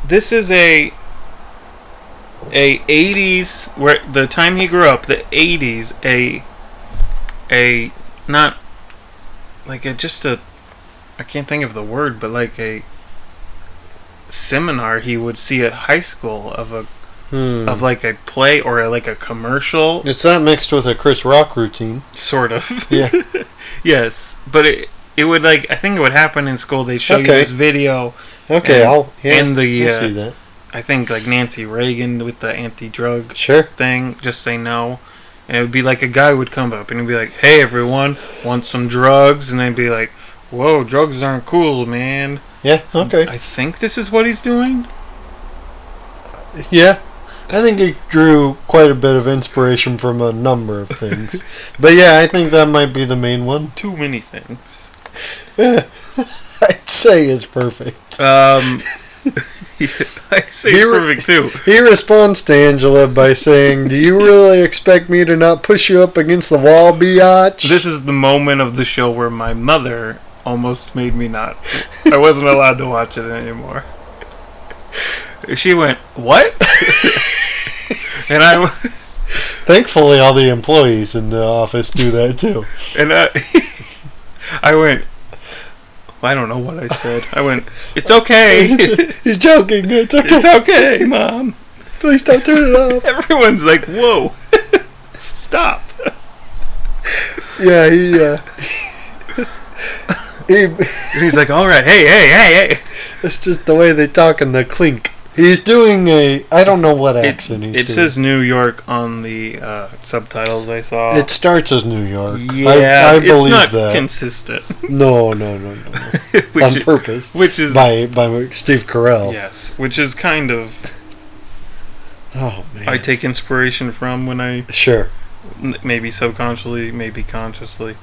S3: this is a a 80s where the time he grew up, the 80s, a a not like a just a I can't think of the word, but like a seminar he would see at high school of a
S4: Hmm.
S3: of like a play or a, like a commercial,
S4: It's that mixed with a Chris Rock routine.
S3: sort of.
S4: (laughs) Yeah.
S3: yes, but it it would like I think it would happen in school. They show you
S4: Okay.
S3: this video.
S4: Okay,
S3: And-
S4: I'll yeah,
S3: and the,
S4: I
S3: uh,
S4: see that.
S3: I think like Nancy Reagan with the anti-drug
S4: Sure.
S3: thing. Just say no. And it would be like a guy would come up and he'd be like, "Hey, everyone, want some drugs?" And they'd be like, "Whoa, drugs aren't cool, man."
S4: Yeah. Okay.
S3: I think this is what he's doing.
S4: Yeah. I think it drew quite a bit of inspiration from a number of things, but yeah, I think that might be the main one. (laughs)
S3: Too many things.
S4: I'd say it's
S3: (laughs)
S4: perfect.
S3: Um, I'd say
S4: Here-
S3: perfect too.
S4: He responds to Angela by saying, "Do you really expect me to not push you up against the wall,
S3: (laughs)
S4: biatch?"
S3: This is the moment of the show where my mother almost made me not. I wasn't allowed to watch it anymore. She went, "What?" (laughs) and I w-
S4: Thankfully, all the employees in the office do that too.
S3: and I (laughs) I went. I don't know what I said. I went. It's
S4: (laughs)
S3: okay.
S4: (laughs) He's joking. It's okay.
S3: It's okay, mom.
S4: Please don't turn it off.
S3: Everyone's like, "Whoa, (laughs) stop."
S4: Yeah, he. Uh, (laughs) he
S3: And he's like, "All right, hey, hey, hey, hey."
S4: It's just the way they talk and the clink. He's doing a I don't know what
S3: It,
S4: accent he's doing.
S3: it says New York on the uh, subtitles I saw.
S4: it starts as New York.
S3: uh, yeah,
S4: I, I believe
S3: it's not
S4: that.
S3: consistent. (laughs)
S4: no, no, no, no.
S3: which
S4: on
S3: is,
S4: purpose
S3: which is
S4: by by Steve Carell.
S3: yes, which is kind of
S4: Oh man,
S3: I take inspiration from when I (laughs)
S4: sure.
S3: n- maybe subconsciously, maybe consciously.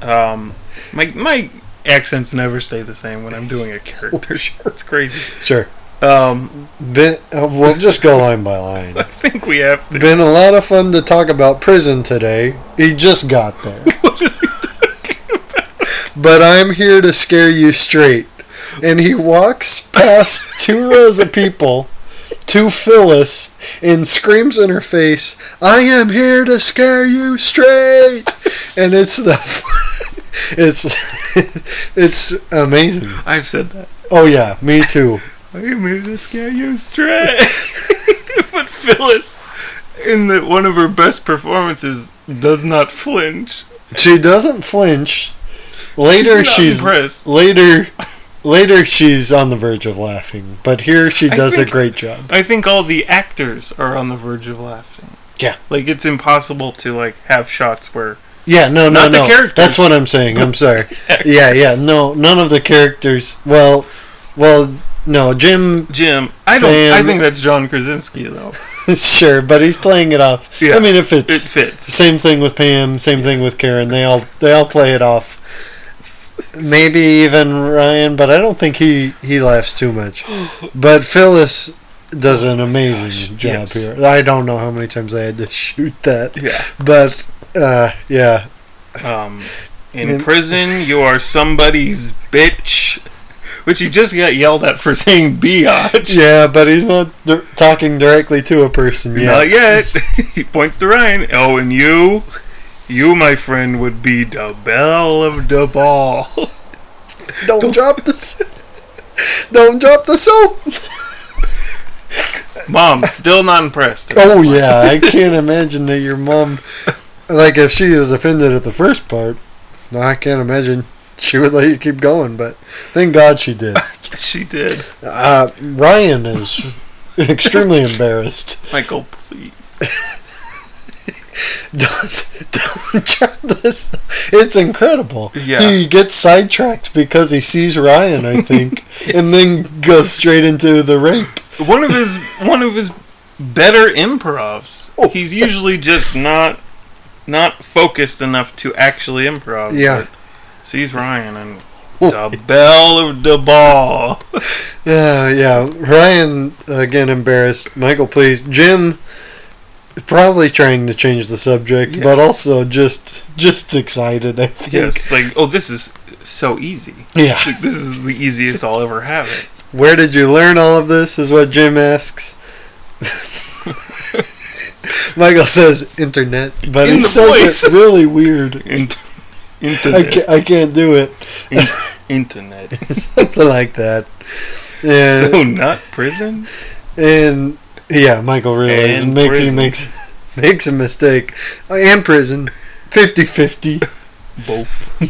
S3: Um, my my accents never stay the same when I'm doing a character.
S4: (laughs)
S3: it's crazy.
S4: Sure.
S3: Um,
S4: Been, uh, we'll just go line by line.
S3: I think we have
S4: (laughs)
S3: to.
S4: Been a lot of fun to talk about prison today. He just got
S3: (laughs)
S4: there. But I'm here to scare you straight. And he walks past two rows of people to Phyllis and screams in her face, I am here to scare you straight. And it's the. (laughs) It's (laughs) it's amazing.
S3: I've said that.
S4: Oh yeah, me too.
S3: I made this guy you straight. (laughs) but Phyllis, in the, one of her best performances, does not flinch.
S4: She doesn't flinch. Later
S3: not
S4: she's
S3: impressed.
S4: later later she's on the verge of laughing but here she
S3: I
S4: does
S3: think-
S4: a great job
S3: I think all the actors are on the verge of laughing.
S4: Yeah.
S3: like it's impossible to like have shots where
S4: yeah no no
S3: Not the
S4: no
S3: characters.
S4: that's what i'm saying i'm sorry yeah yeah no none of the characters well well no jim (laughs)
S3: Jim. I don't. I
S4: Damn.
S3: think that's John Krasinski though.
S4: sure but he's playing it off
S3: Yeah.
S4: i mean if
S3: It
S4: it's
S3: fits.
S4: same thing with pam same thing with karen they all they all play it off maybe even ryan but i don't think he he laughs too (gasps) much but phyllis does an amazing job
S3: yes.
S4: here i don't know how many times i had to (laughs) shoot that
S3: Yeah.
S4: But uh, yeah,
S3: Um, in
S4: And-
S3: prison, you are somebody's bitch, which he just got yelled at for (laughs) saying biatch.
S4: yeah, but he's not dir- talking directly to a person yet.
S3: Not yet. (laughs) he points to Ryan. Oh, and you, you, my friend, would be the belle of the ball.
S4: don't, drop (laughs) the s- don't drop the soap.
S3: Mom, still not impressed.
S4: Oh yeah, I can't imagine that your mom, like if she is offended at the first part, I can't imagine she would let you keep going. But thank God she did.
S3: (laughs) she did.
S4: Uh, Ryan is extremely embarrassed. (laughs)
S3: Michael, please.
S4: Don't, don't drop this. It's incredible.
S3: Yeah.
S4: He gets sidetracked because he sees Ryan, I think, and then goes straight into the rape.
S3: One of his one of his better improvs.
S4: Oh.
S3: He's usually just not not focused enough to actually improv.
S4: Yeah. Oh.
S3: but Sees Ryan and the belle of the ball. (laughs)
S4: Yeah, yeah. Ryan again embarrassed. Michael, please. Jim, probably trying to change the subject,
S3: Yeah.
S4: but also just just excited. I think.
S3: Yes, like oh, this is so easy.
S4: Yeah.
S3: Like, this is the easiest I'll ever have it.
S4: (laughs) Where did you learn all of this? Is what Jim asks. (laughs) Michael says internet, but
S3: In
S4: he
S3: the
S4: says
S3: voice.
S4: it
S3: (laughs)
S4: really weird.
S3: Int-
S4: I
S3: internet.
S4: can't, I can't do it. (laughs)
S3: internet.
S4: Something like that. And,
S3: so not prison.
S4: and Yeah, Michael realizes
S3: And
S4: Mickey
S3: prison.
S4: makes (laughs) makes a mistake. Oh, and prison. 50-50. (laughs)
S3: Both.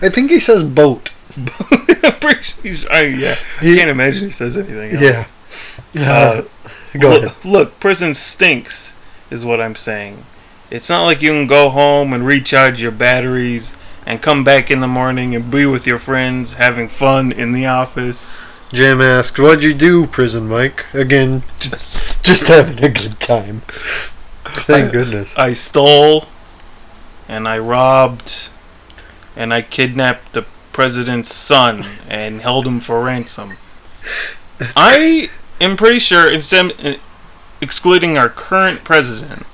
S4: I think he says boat.
S3: (laughs) I'm pretty sure he's- I, yeah, I can't imagine he says anything else.
S4: Yeah. Uh, (laughs) go
S3: look,
S4: ahead.
S3: look, prison stinks, is what I'm saying. It's not like you can go home and recharge your batteries and come back in the morning and be with your friends having fun in the office.
S4: Jim asks, "What'd you do, prison Mike?" Again,
S3: Just
S4: just having a good time. Thank goodness.
S3: I stole and I robbed and I kidnapped the president's son and held him for ransom. I am pretty sure, except- excluding our current president,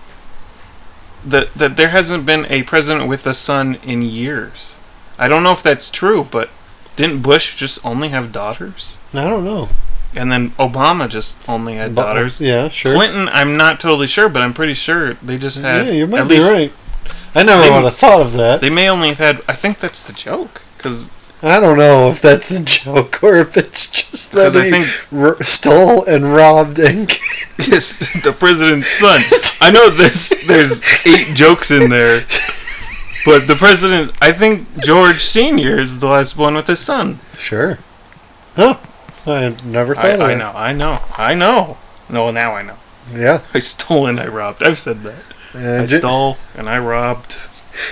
S3: that, that there hasn't been a president with a son in years. I don't know if that's true, but didn't Bush just only have daughters?
S4: I don't know.
S3: And then Obama just only had
S4: But-
S3: daughters.
S4: Yeah, sure.
S3: Clinton, I'm not totally sure, but I'm pretty sure they just had.
S4: yeah, you might
S3: at
S4: be
S3: least,
S4: right. I never
S3: They-
S4: would have thought of that.
S3: They may only have had. I think that's the joke, (laughs) because
S4: I don't know if that's a (laughs) joke or if it's just that
S3: 'Cause I
S4: he
S3: think-
S4: ro- stole and robbed and.
S3: the president's
S4: (laughs)
S3: son. I know this. There's eight jokes in there, but the president. I think George Senior is the last one with his son.
S4: (laughs) Sure. Huh? I never
S3: I,
S4: thought of
S3: I
S4: it.
S3: know. I know. I know. No, now I know.
S4: Yeah.
S3: I stole and I robbed. I've said that.
S4: And
S3: I
S4: Jim,
S3: stole and I robbed.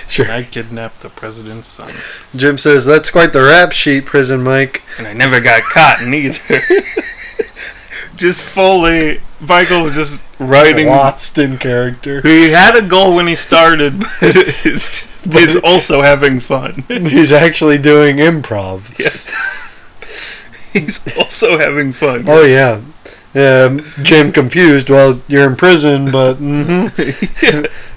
S4: Sure.
S3: And I kidnapped the president's son,
S4: Jim says that's quite the rap sheet, prison Mike.
S3: and I never got caught neither. (laughs) just fully, Michael just writing
S4: Lost in character.
S3: He had a goal when he started, (laughs) but is, is also having fun.
S4: He's actually doing improv.
S3: (laughs) Yes. He's also having fun.
S4: Oh yeah. Um, Jim confused. Well, you're in prison, but hmm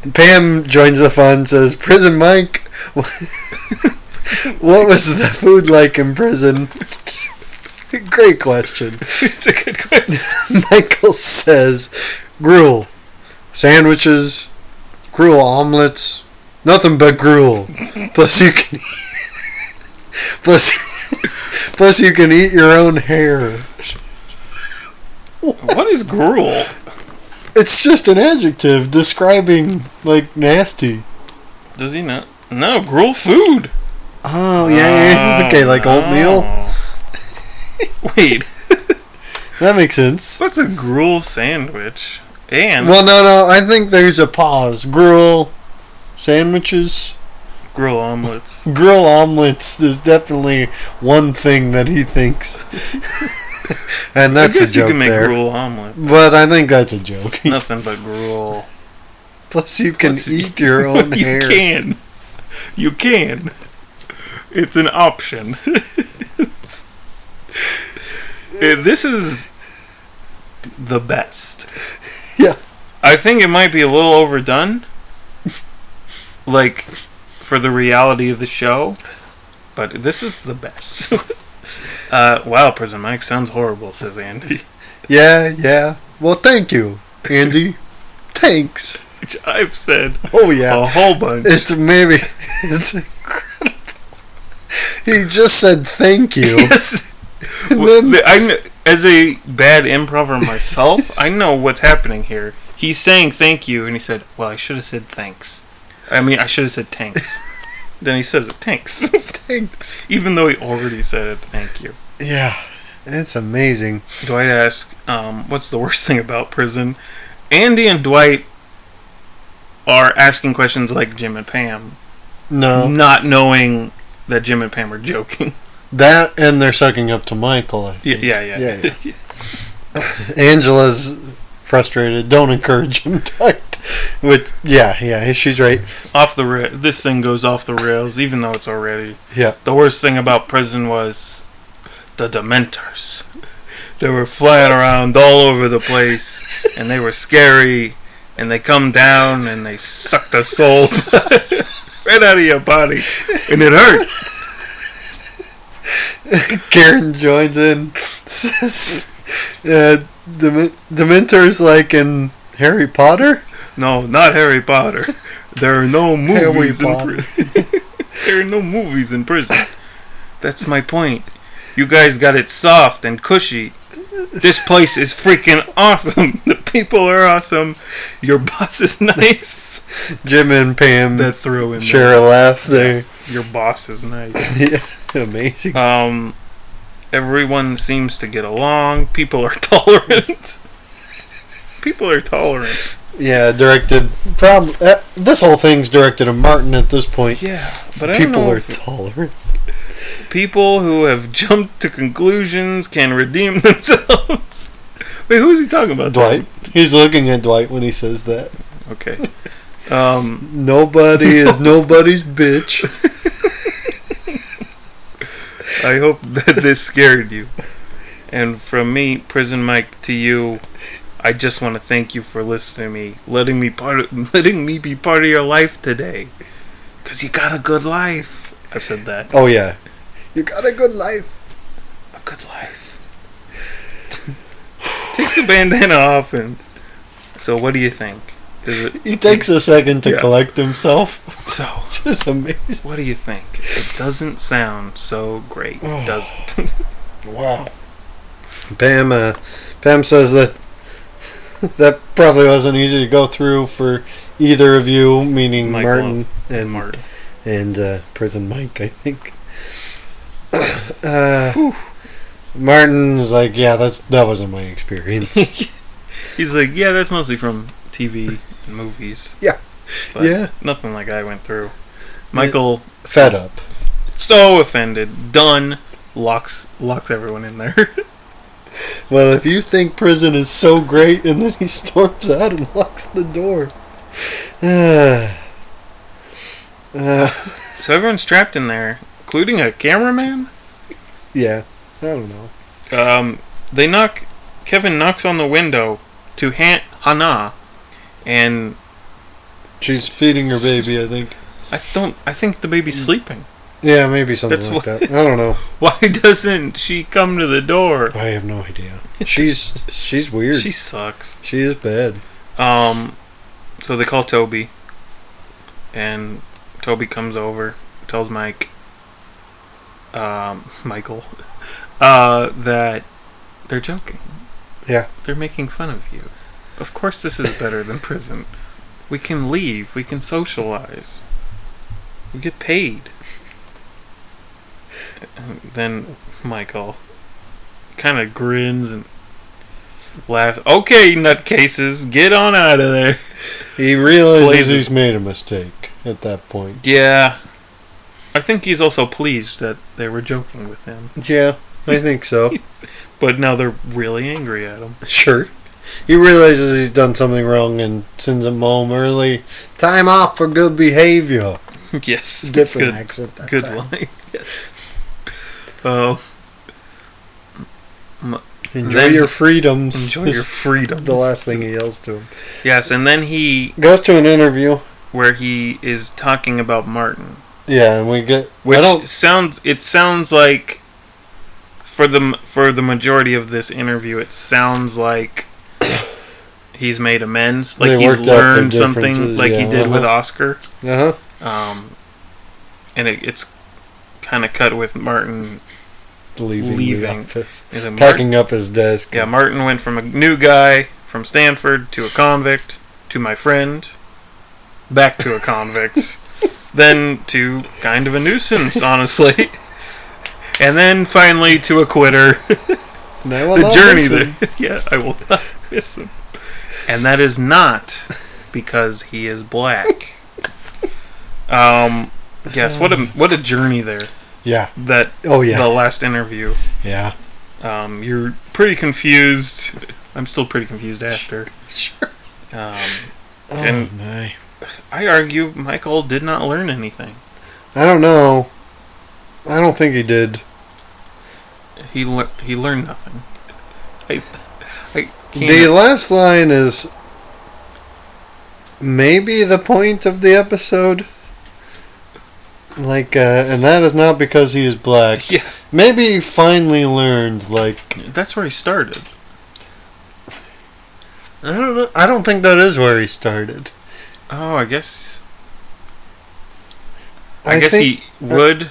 S3: (laughs)
S4: Pam joins the fun. Says, "Prison Mike, (laughs) what was the food like in prison?" (laughs) Great question.
S3: It's a good question.
S4: (laughs) Michael says, "Gruel, sandwiches, gruel omelets, nothing but gruel. Plus you can, (laughs) plus, plus (laughs) you can eat your own hair."
S3: What is gruel?
S4: It's just an adjective describing like nasty.
S3: Does he not? No, gruel food.
S4: Oh yeah.
S3: Oh,
S4: okay, like
S3: no.
S4: oatmeal.
S3: (laughs) Wait,
S4: That makes sense.
S3: what's a gruel sandwich? And
S4: Well, no, no. I think there's a pause. Gruel sandwiches,
S3: gruel omelets.
S4: grill omelets is definitely one thing that he thinks, (laughs) and that's
S3: I guess
S4: a joke
S3: you can make
S4: there.
S3: gruel omelet.
S4: But I think that's a joke.
S3: Nothing but gruel.
S4: (laughs) Plus, you can
S3: Plus,
S4: eat (laughs) your own
S3: (laughs) you
S4: hair.
S3: can. You can. It's an option. (laughs) Uh, this is the best.
S4: Yeah.
S3: I think it might be a little overdone. Like for the reality of the show, but this is the best. (laughs) uh, wow, Prison Mike sounds horrible, says Andy. (laughs)
S4: Yeah, yeah. Well, thank you, Andy. Thanks.
S3: Which I've said
S4: Oh yeah.
S3: a whole bunch.
S4: It's maybe (laughs) it's incredible. He just said thank you.
S3: Yes.
S4: And
S3: (laughs) Well,
S4: then-
S3: the- I kn- as a bad improver myself, I know what's happening here. He's saying thank you, and he said, "Well, I should have said thanks." I mean, I should have said
S4: (laughs)
S3: thanks. then he says it thanks,
S4: thanks.
S3: even though he already said it, thank you.
S4: Yeah, it's amazing.
S3: Dwight asks, um, "What's the worst thing about prison?" Andy and Dwight are asking questions like Jim and Pam,
S4: No,
S3: not knowing that Jim and Pam are joking. (laughs)
S4: that and they're sucking up to Michael. I
S3: yeah,
S4: think.
S3: yeah, yeah. (laughs)
S4: Yeah, Angela's frustrated. Don't encourage him. (laughs) Tight. Which yeah, yeah, she's right.
S3: off the ra- this thing goes off the rails even though it's already
S4: Yeah.
S3: the worst thing about prison was the dementors they were flying around all over the place and they were scary and they come down and they suck the soul (laughs) right out of your body and it hurt
S4: Karen joins in. (laughs) Says, uh, Deme- Dementor's like in Harry Potter.
S3: no not harry potter there are no
S4: (laughs) Harry
S3: movies in
S4: Potter.
S3: prison (laughs) there are no movies in prison that's my point you guys got it soft and cushy This place is freaking awesome. (laughs) The people are awesome. Your boss is (laughs) nice.
S4: Jim and Pam
S3: that threw in
S4: share a laugh there.
S3: there. Your boss is nice.
S4: (laughs) yeah, amazing.
S3: Um, everyone seems to get along. People are (laughs) tolerant. people are tolerant.
S4: Yeah, directed. Prob- uh, this whole thing's directed at Martin at this point.
S3: Yeah, but I don't
S4: People
S3: know
S4: are
S3: if
S4: tolerant.
S3: people who have (laughs) jumped to conclusions can redeem (laughs) themselves. Wait, who is he talking about?
S4: Dwight. He's looking at Dwight when he says that.
S3: Okay. Um,
S4: Nobody (laughs) is nobody's bitch.
S3: I hope (laughs) that this scared you. And from me, Prison Mike, to you, I just want to thank you for listening to me, letting me part, of, (laughs) letting me be part of your life today. Cause you got a good life. I've said that.
S4: Oh yeah, you got a good life.
S3: A good life. (laughs) Take the bandana off, and so what do you think? Is it
S4: He takes a second to
S3: Yeah.
S4: collect himself.
S3: so?
S4: Just amazing.
S3: What do you think? It doesn't sound so great,
S4: Oh.
S3: does it? (laughs)
S4: Wow. Pam. Uh, Pam says that that probably wasn't easy to go through for either of you, meaning
S3: Michael
S4: Martin and
S3: and Martin.
S4: and uh, Prison Mike, I think. (coughs) uh, Martin's like, yeah, that's that wasn't my experience. (laughs)
S3: He's like, yeah, that's mostly from TV and movies.
S4: (laughs) Yeah.
S3: But
S4: Yeah.
S3: Nothing like I went through. Michael,
S4: Fed up.
S3: so offended, done, locks locks everyone in there. (laughs)
S4: Well, if you think prison is so great, and then he storms out and locks the door. (sighs) Uh, uh,
S3: so everyone's trapped in there, including a cameraman.
S4: yeah, I don't know.
S3: Um, they knock. Kevin knocks on the window to Han- Hana, and
S4: She's feeding her baby, I think.
S3: I don't. I think the
S4: Hmm.
S3: baby's sleeping. (laughs)
S4: Yeah, maybe something
S3: That's
S4: like
S3: why-
S4: that. I don't know.
S3: Why doesn't she come to the door?
S4: I have no (laughs) idea. She's she's weird.
S3: She sucks.
S4: she is bad.
S3: Um, so they call Toby, and Toby comes over, tells Mike, um, (laughs) Michael, uh, that they're joking.
S4: Yeah.
S3: They're making fun of you. Of course, this is better than prison. We can leave. We can socialize. We get paid. And then Michael kind of grins and laughs. Okay, nutcases, get on out of there.
S4: He realizes
S3: Blazes.
S4: he's made a mistake at that point.
S3: Yeah. I think he's also pleased that they were joking with him,
S4: Yeah, I think so.
S3: but now they're really angry at him. (laughs)
S4: sure. He realizes he's done something wrong and sends him home early. Time off for good behavior.
S3: yes.
S4: Different
S3: Good,
S4: accent. That
S3: good
S4: time.
S3: line. (laughs) Oh,
S4: Enjoy
S3: Then-
S4: your freedoms.
S3: enjoy your
S4: is
S3: freedom.
S4: (laughs) The last thing he yells to him
S3: Yes, and then he,
S4: goes to an interview.
S3: where he is talking about Martin,
S4: Yeah, and we get. I
S3: which
S4: don't.
S3: sounds, it sounds like, for the m- for the majority of this interview, it sounds like he's made amends, like
S4: They
S3: he's
S4: worked out their
S3: learned something,
S4: differences,
S3: like he
S4: yeah,
S3: did with
S4: uh-huh.
S3: Oscar.
S4: Uh huh.
S3: Um, and it, it's kind of cut with Martin.
S4: Leaving,
S3: leaving.
S4: the office,
S3: Is it Martin?
S4: packing up his desk.
S3: Yeah, Martin went from a new guy from Stanford to a convict to my friend, back to a convict,
S4: (laughs)
S3: then to kind of a nuisance, honestly, (laughs) and then finally to a
S4: (laughs)
S3: quitter.
S4: And I will
S3: the
S4: not
S3: journey
S4: listen.
S3: that (laughs) yeah, I will not miss him. And that is not because he is
S4: (laughs)
S3: black. Um, yes, what a what a journey there.
S4: Yeah.
S3: That
S4: Oh yeah.
S3: the last interview.
S4: yeah.
S3: Um, you're pretty confused. I'm still pretty confused after.
S4: Sure.
S3: Um,
S4: Oh
S3: And-
S4: my.
S3: I argue Michael did not learn anything.
S4: I don't know. I don't think he did.
S3: He lear he learned nothing. I I can't.
S4: The last line is maybe the point of the episode. Like, uh, and that is not because he is black. (laughs)
S3: yeah,
S4: Maybe he finally learned. Like,
S3: that's where he started.
S4: I don't know. I don't think that is where he started.
S3: Oh, I guess I, uh, guess
S4: think,
S3: he would.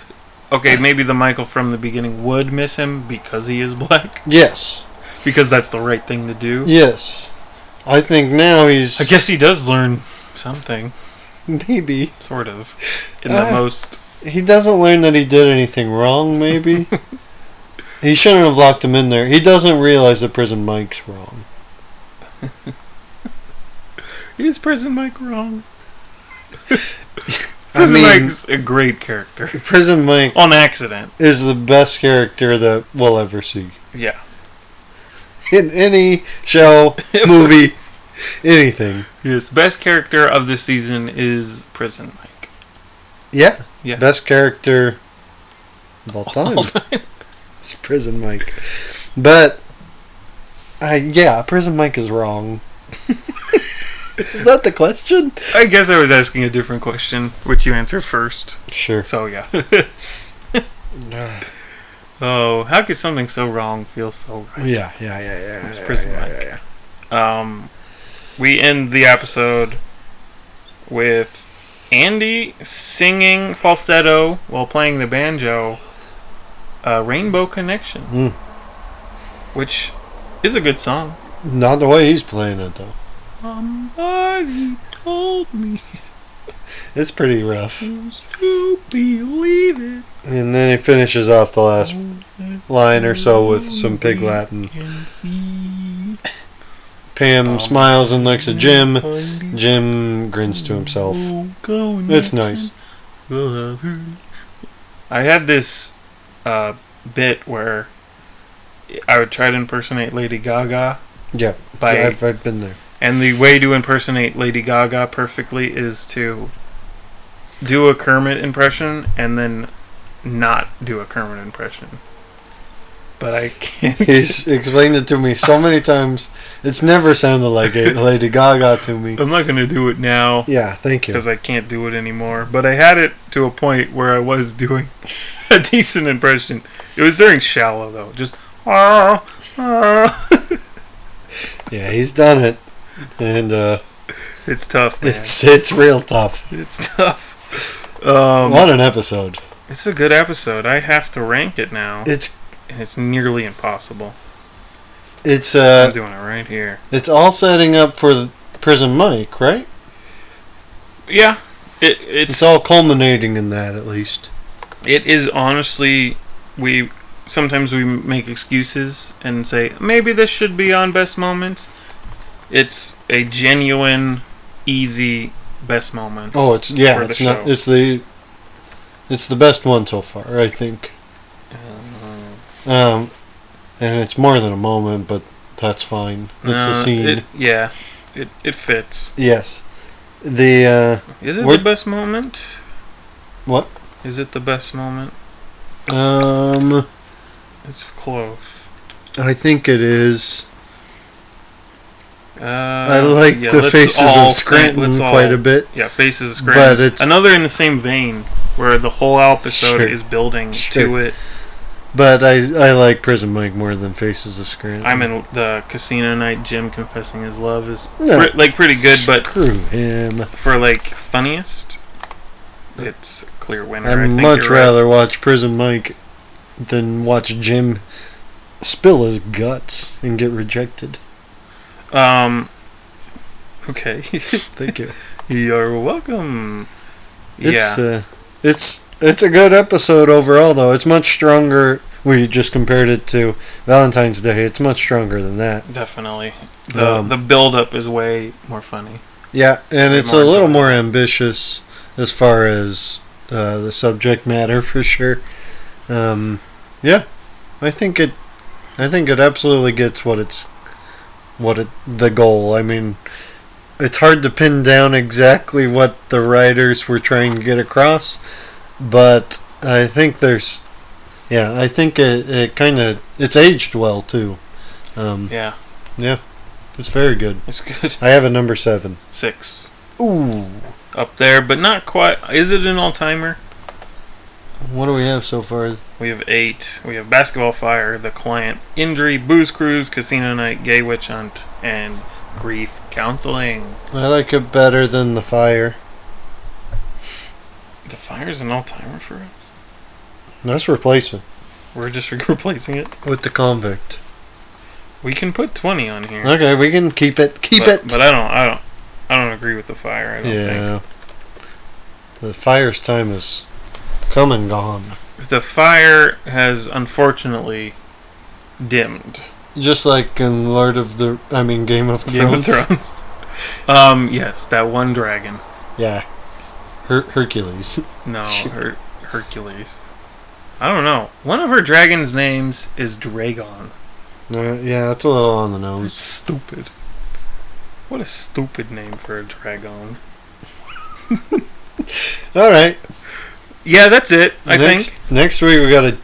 S3: okay, maybe the Michael from the beginning would miss him because he is (laughs) black.
S4: Yes,
S3: because that's the right thing to do.
S4: Yes. I think now he's
S3: I guess he does learn something,
S4: (laughs) maybe
S3: sort of, in the
S4: Ah.
S3: most.
S4: he doesn't learn that he did anything wrong. (laughs) Maybe he shouldn't have locked him in there. He doesn't realize that prison Mike's wrong.
S3: Is Prison Mike wrong?
S4: I
S3: Prison
S4: mean-
S3: Mike's a great character.
S4: Prison Mike
S3: On accident.
S4: is the best character that we'll ever see
S3: Yeah.
S4: in any
S3: (laughs)
S4: show, movie, anything.
S3: Yes. Best character of this season is Prison Mike.
S4: Yeah.
S3: Yeah.
S4: Best character
S3: (laughs)
S4: of all time. it's Prison Mike. But, uh, yeah, Prison Mike is wrong. (laughs) is that the question?
S3: I guess I was asking a different question, which you answered first.
S4: Sure.
S3: So
S4: (laughs)
S3: yeah. (laughs) oh, how could something so wrong feel so right?
S4: Yeah, yeah, yeah, yeah.
S3: It's
S4: yeah,
S3: Prison
S4: yeah,
S3: Mike.
S4: yeah, yeah.
S3: Um, we end the episode with Andy singing falsetto while playing the banjo, uh, Rainbow Connection,
S4: Mm. Hmm.
S3: which is a good song.
S4: Not the way he's playing it, though.
S3: Somebody told me
S4: It's pretty rough.
S3: to believe it.
S4: And then he finishes off the last line or so with some pig Latin. Pam smiles and looks at Jim. Jim grins to himself. It's nice.
S3: I had this uh, bit where I would try to impersonate Lady Gaga
S4: Yeah,
S3: by,
S4: I've, I've been there.
S3: and the way to impersonate Lady Gaga perfectly is to do a Kermit impression and then not do a Kermit impression. But I can't.
S4: He's explained it to me so many times. It's never sounded like a Lady Gaga to me.
S3: (laughs) I'm not gonna do it now.
S4: Yeah, thank you.
S3: because I can't do it anymore. But I had it to a point where I was (laughs) doing a decent impression. It was during shallow though, just ah, ah.
S4: Yeah, he's done it, and uh,
S3: it's tough. Man. It's
S4: it's it's real tough.
S3: it's tough. Um,
S4: What an episode!
S3: It's a good episode. I have to rank it now,
S4: It's
S3: and it's nearly impossible.
S4: it's
S3: I'm
S4: uh
S3: doing it right here.
S4: it's all setting up for the Prison Mike, right?
S3: Yeah, it it's,
S4: It's all culminating in that, at least.
S3: it is honestly we sometimes we make excuses and say maybe this should be on best moments it's a genuine easy best moment
S4: Oh, it's yeah,
S3: For the
S4: it's not.
S3: show.
S4: It's the it's the best one so far, I think.
S3: Uh-huh.
S4: Um, and it's more than a moment, but that's fine. It's
S3: Uh,
S4: a scene.
S3: it- yeah it, it fits
S4: yes, the. uh
S3: is it
S4: What-
S3: the best moment
S4: What?
S3: is it the best moment
S4: Um,
S3: it's close
S4: I think it is.
S3: uh,
S4: I like
S3: yeah,
S4: the
S3: let's
S4: faces
S3: all think-
S4: of Scranton
S3: let's all-
S4: quite a bit.
S3: yeah faces of Scranton
S4: But it's-
S3: another in the same vein where the whole episode
S4: Sure.
S3: is building to
S4: Sure.
S3: it
S4: But I I like Prison Mike more than Faces of Scranton.
S3: I'm in the casino night. Jim confessing his love is
S4: No.
S3: pre- like pretty good, but
S4: screw him.
S3: for like funniest, it's a clear winner. I
S4: I'd
S3: think
S4: much
S3: you're right.
S4: rather watch Prison Mike than watch Jim spill his guts and get rejected.
S3: Um. Okay, (laughs)
S4: Thank you.
S3: you're welcome.
S4: It's
S3: yeah,
S4: uh, it's it's a good episode overall though. It's much stronger. We just compared it to Valentine's Day. It's much stronger than that.
S3: definitely. The
S4: uh, um,
S3: the build up is way more funny.
S4: Yeah, and
S3: Way
S4: it's a
S3: more
S4: little
S3: enjoyable.
S4: more ambitious as far as uh, the subject matter for sure. Um, yeah, I think it. I think it absolutely gets what it's what it the goal. I mean, it's hard to pin down exactly what the writers were trying to get across, but I think there's. Yeah, I think it, it kind of it's aged well too. Um,
S3: Yeah,
S4: it's very good.
S3: it's good. (laughs)
S4: I have a number seven.
S3: Six
S4: Ooh.
S3: up there, but not quite. Is it an all timer?
S4: What do we have so far?
S3: We have eight. We have Basketball Fire, The Client, Injury, Booze Cruise, Casino Night, Gay Witch Hunt, and Grief Counseling.
S4: I like it better than the fire.
S3: The Fire's an all timer for us.
S4: Let's replace it
S3: We're just re- (laughs) replacing it.
S4: with the convict.
S3: We can put twenty on here.
S4: Okay, we can keep it. Keep
S3: but,
S4: it.
S3: But I don't. I don't. I don't agree with the fire. I don't think.
S4: yeah. The fire's time is come and gone.
S3: The fire has unfortunately dimmed
S4: Just like in Lord of the, I mean Game of
S3: Game of
S4: Thrones.
S3: Thrones. (laughs) um. Yes, that one dragon.
S4: (laughs) Yeah.
S3: (laughs)
S4: Her- Hercules.
S3: No,
S4: Shoot.
S3: Her- Hercules. I don't know. One of her dragon's names is Dragon.
S4: Uh, yeah, that's a little on the nose.
S3: stupid. What a stupid name for a dragon.
S4: All right.
S3: Yeah, that's it. I
S4: next,
S3: think
S4: next week we got a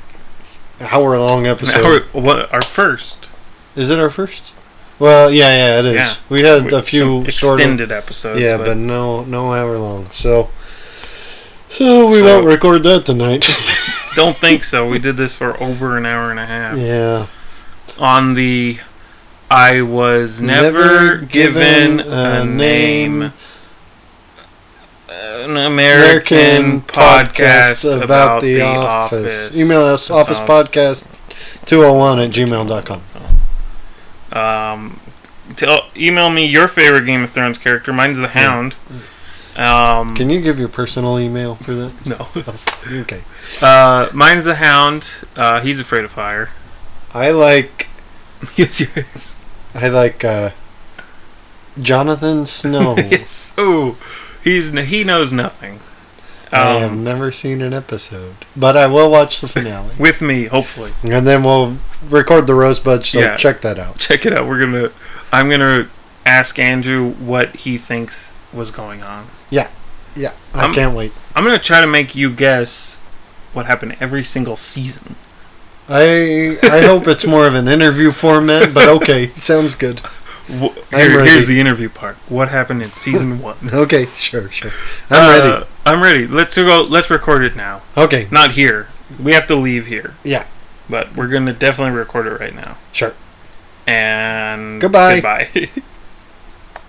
S4: hour long episode.
S3: our, what, our first.
S4: Is it our first? Well, yeah, yeah, it is.
S3: Yeah.
S4: We had a
S3: with
S4: few
S3: some
S4: sort of,
S3: extended episodes.
S4: yeah, but, no, no hour long. So, so we
S3: So-
S4: won't record that tonight.
S3: don't think so. We did this for over an hour and a half
S4: (laughs) yeah,
S3: on the. I was never, given, a name. An American,
S4: American
S3: podcast,
S4: podcasts
S3: about, the, office.
S4: Email us
S3: That sounds-
S4: officepodcast two hundred one at gmail.com.
S3: Mm-hmm. Um, tell, email me your favorite Game of Thrones character. Mine's the Hound. Um,
S4: Can you give your personal email for that?
S3: no. (laughs)
S4: Okay.
S3: Uh, mine's the Hound. Uh, he's afraid of fire.
S4: I like
S3: (laughs) Yes, yes.
S4: I like uh, Jonathan Snow.
S3: (laughs) yes. Ooh, he's n- he knows nothing.
S4: I have
S3: Um,
S4: never seen an episode, but I will watch the finale.
S3: with me, hopefully. (laughs)
S4: And then we'll record the rosebud, so
S3: Yeah.
S4: check that out.
S3: Check it out. We're gonna. I'm gonna ask Andrew what he thinks was going on.
S4: Yeah, I
S3: I'm-
S4: can't wait.
S3: I'm gonna try to make you guess what happened every single season.
S4: I I hope it's more of an interview format, but okay, (laughs) sounds good.
S3: Wh- here-
S4: ready.
S3: here's the interview part. What happened in (laughs) season one?
S4: Okay, sure, sure. I'm
S3: Uh, I'm ready. Let's go. Let's record it now.
S4: ready. Okay,
S3: Not here. We have to leave here.
S4: Yeah.
S3: But we're gonna definitely record it right now.
S4: Sure.
S3: And
S4: Goodbye.
S3: Goodbye. (laughs)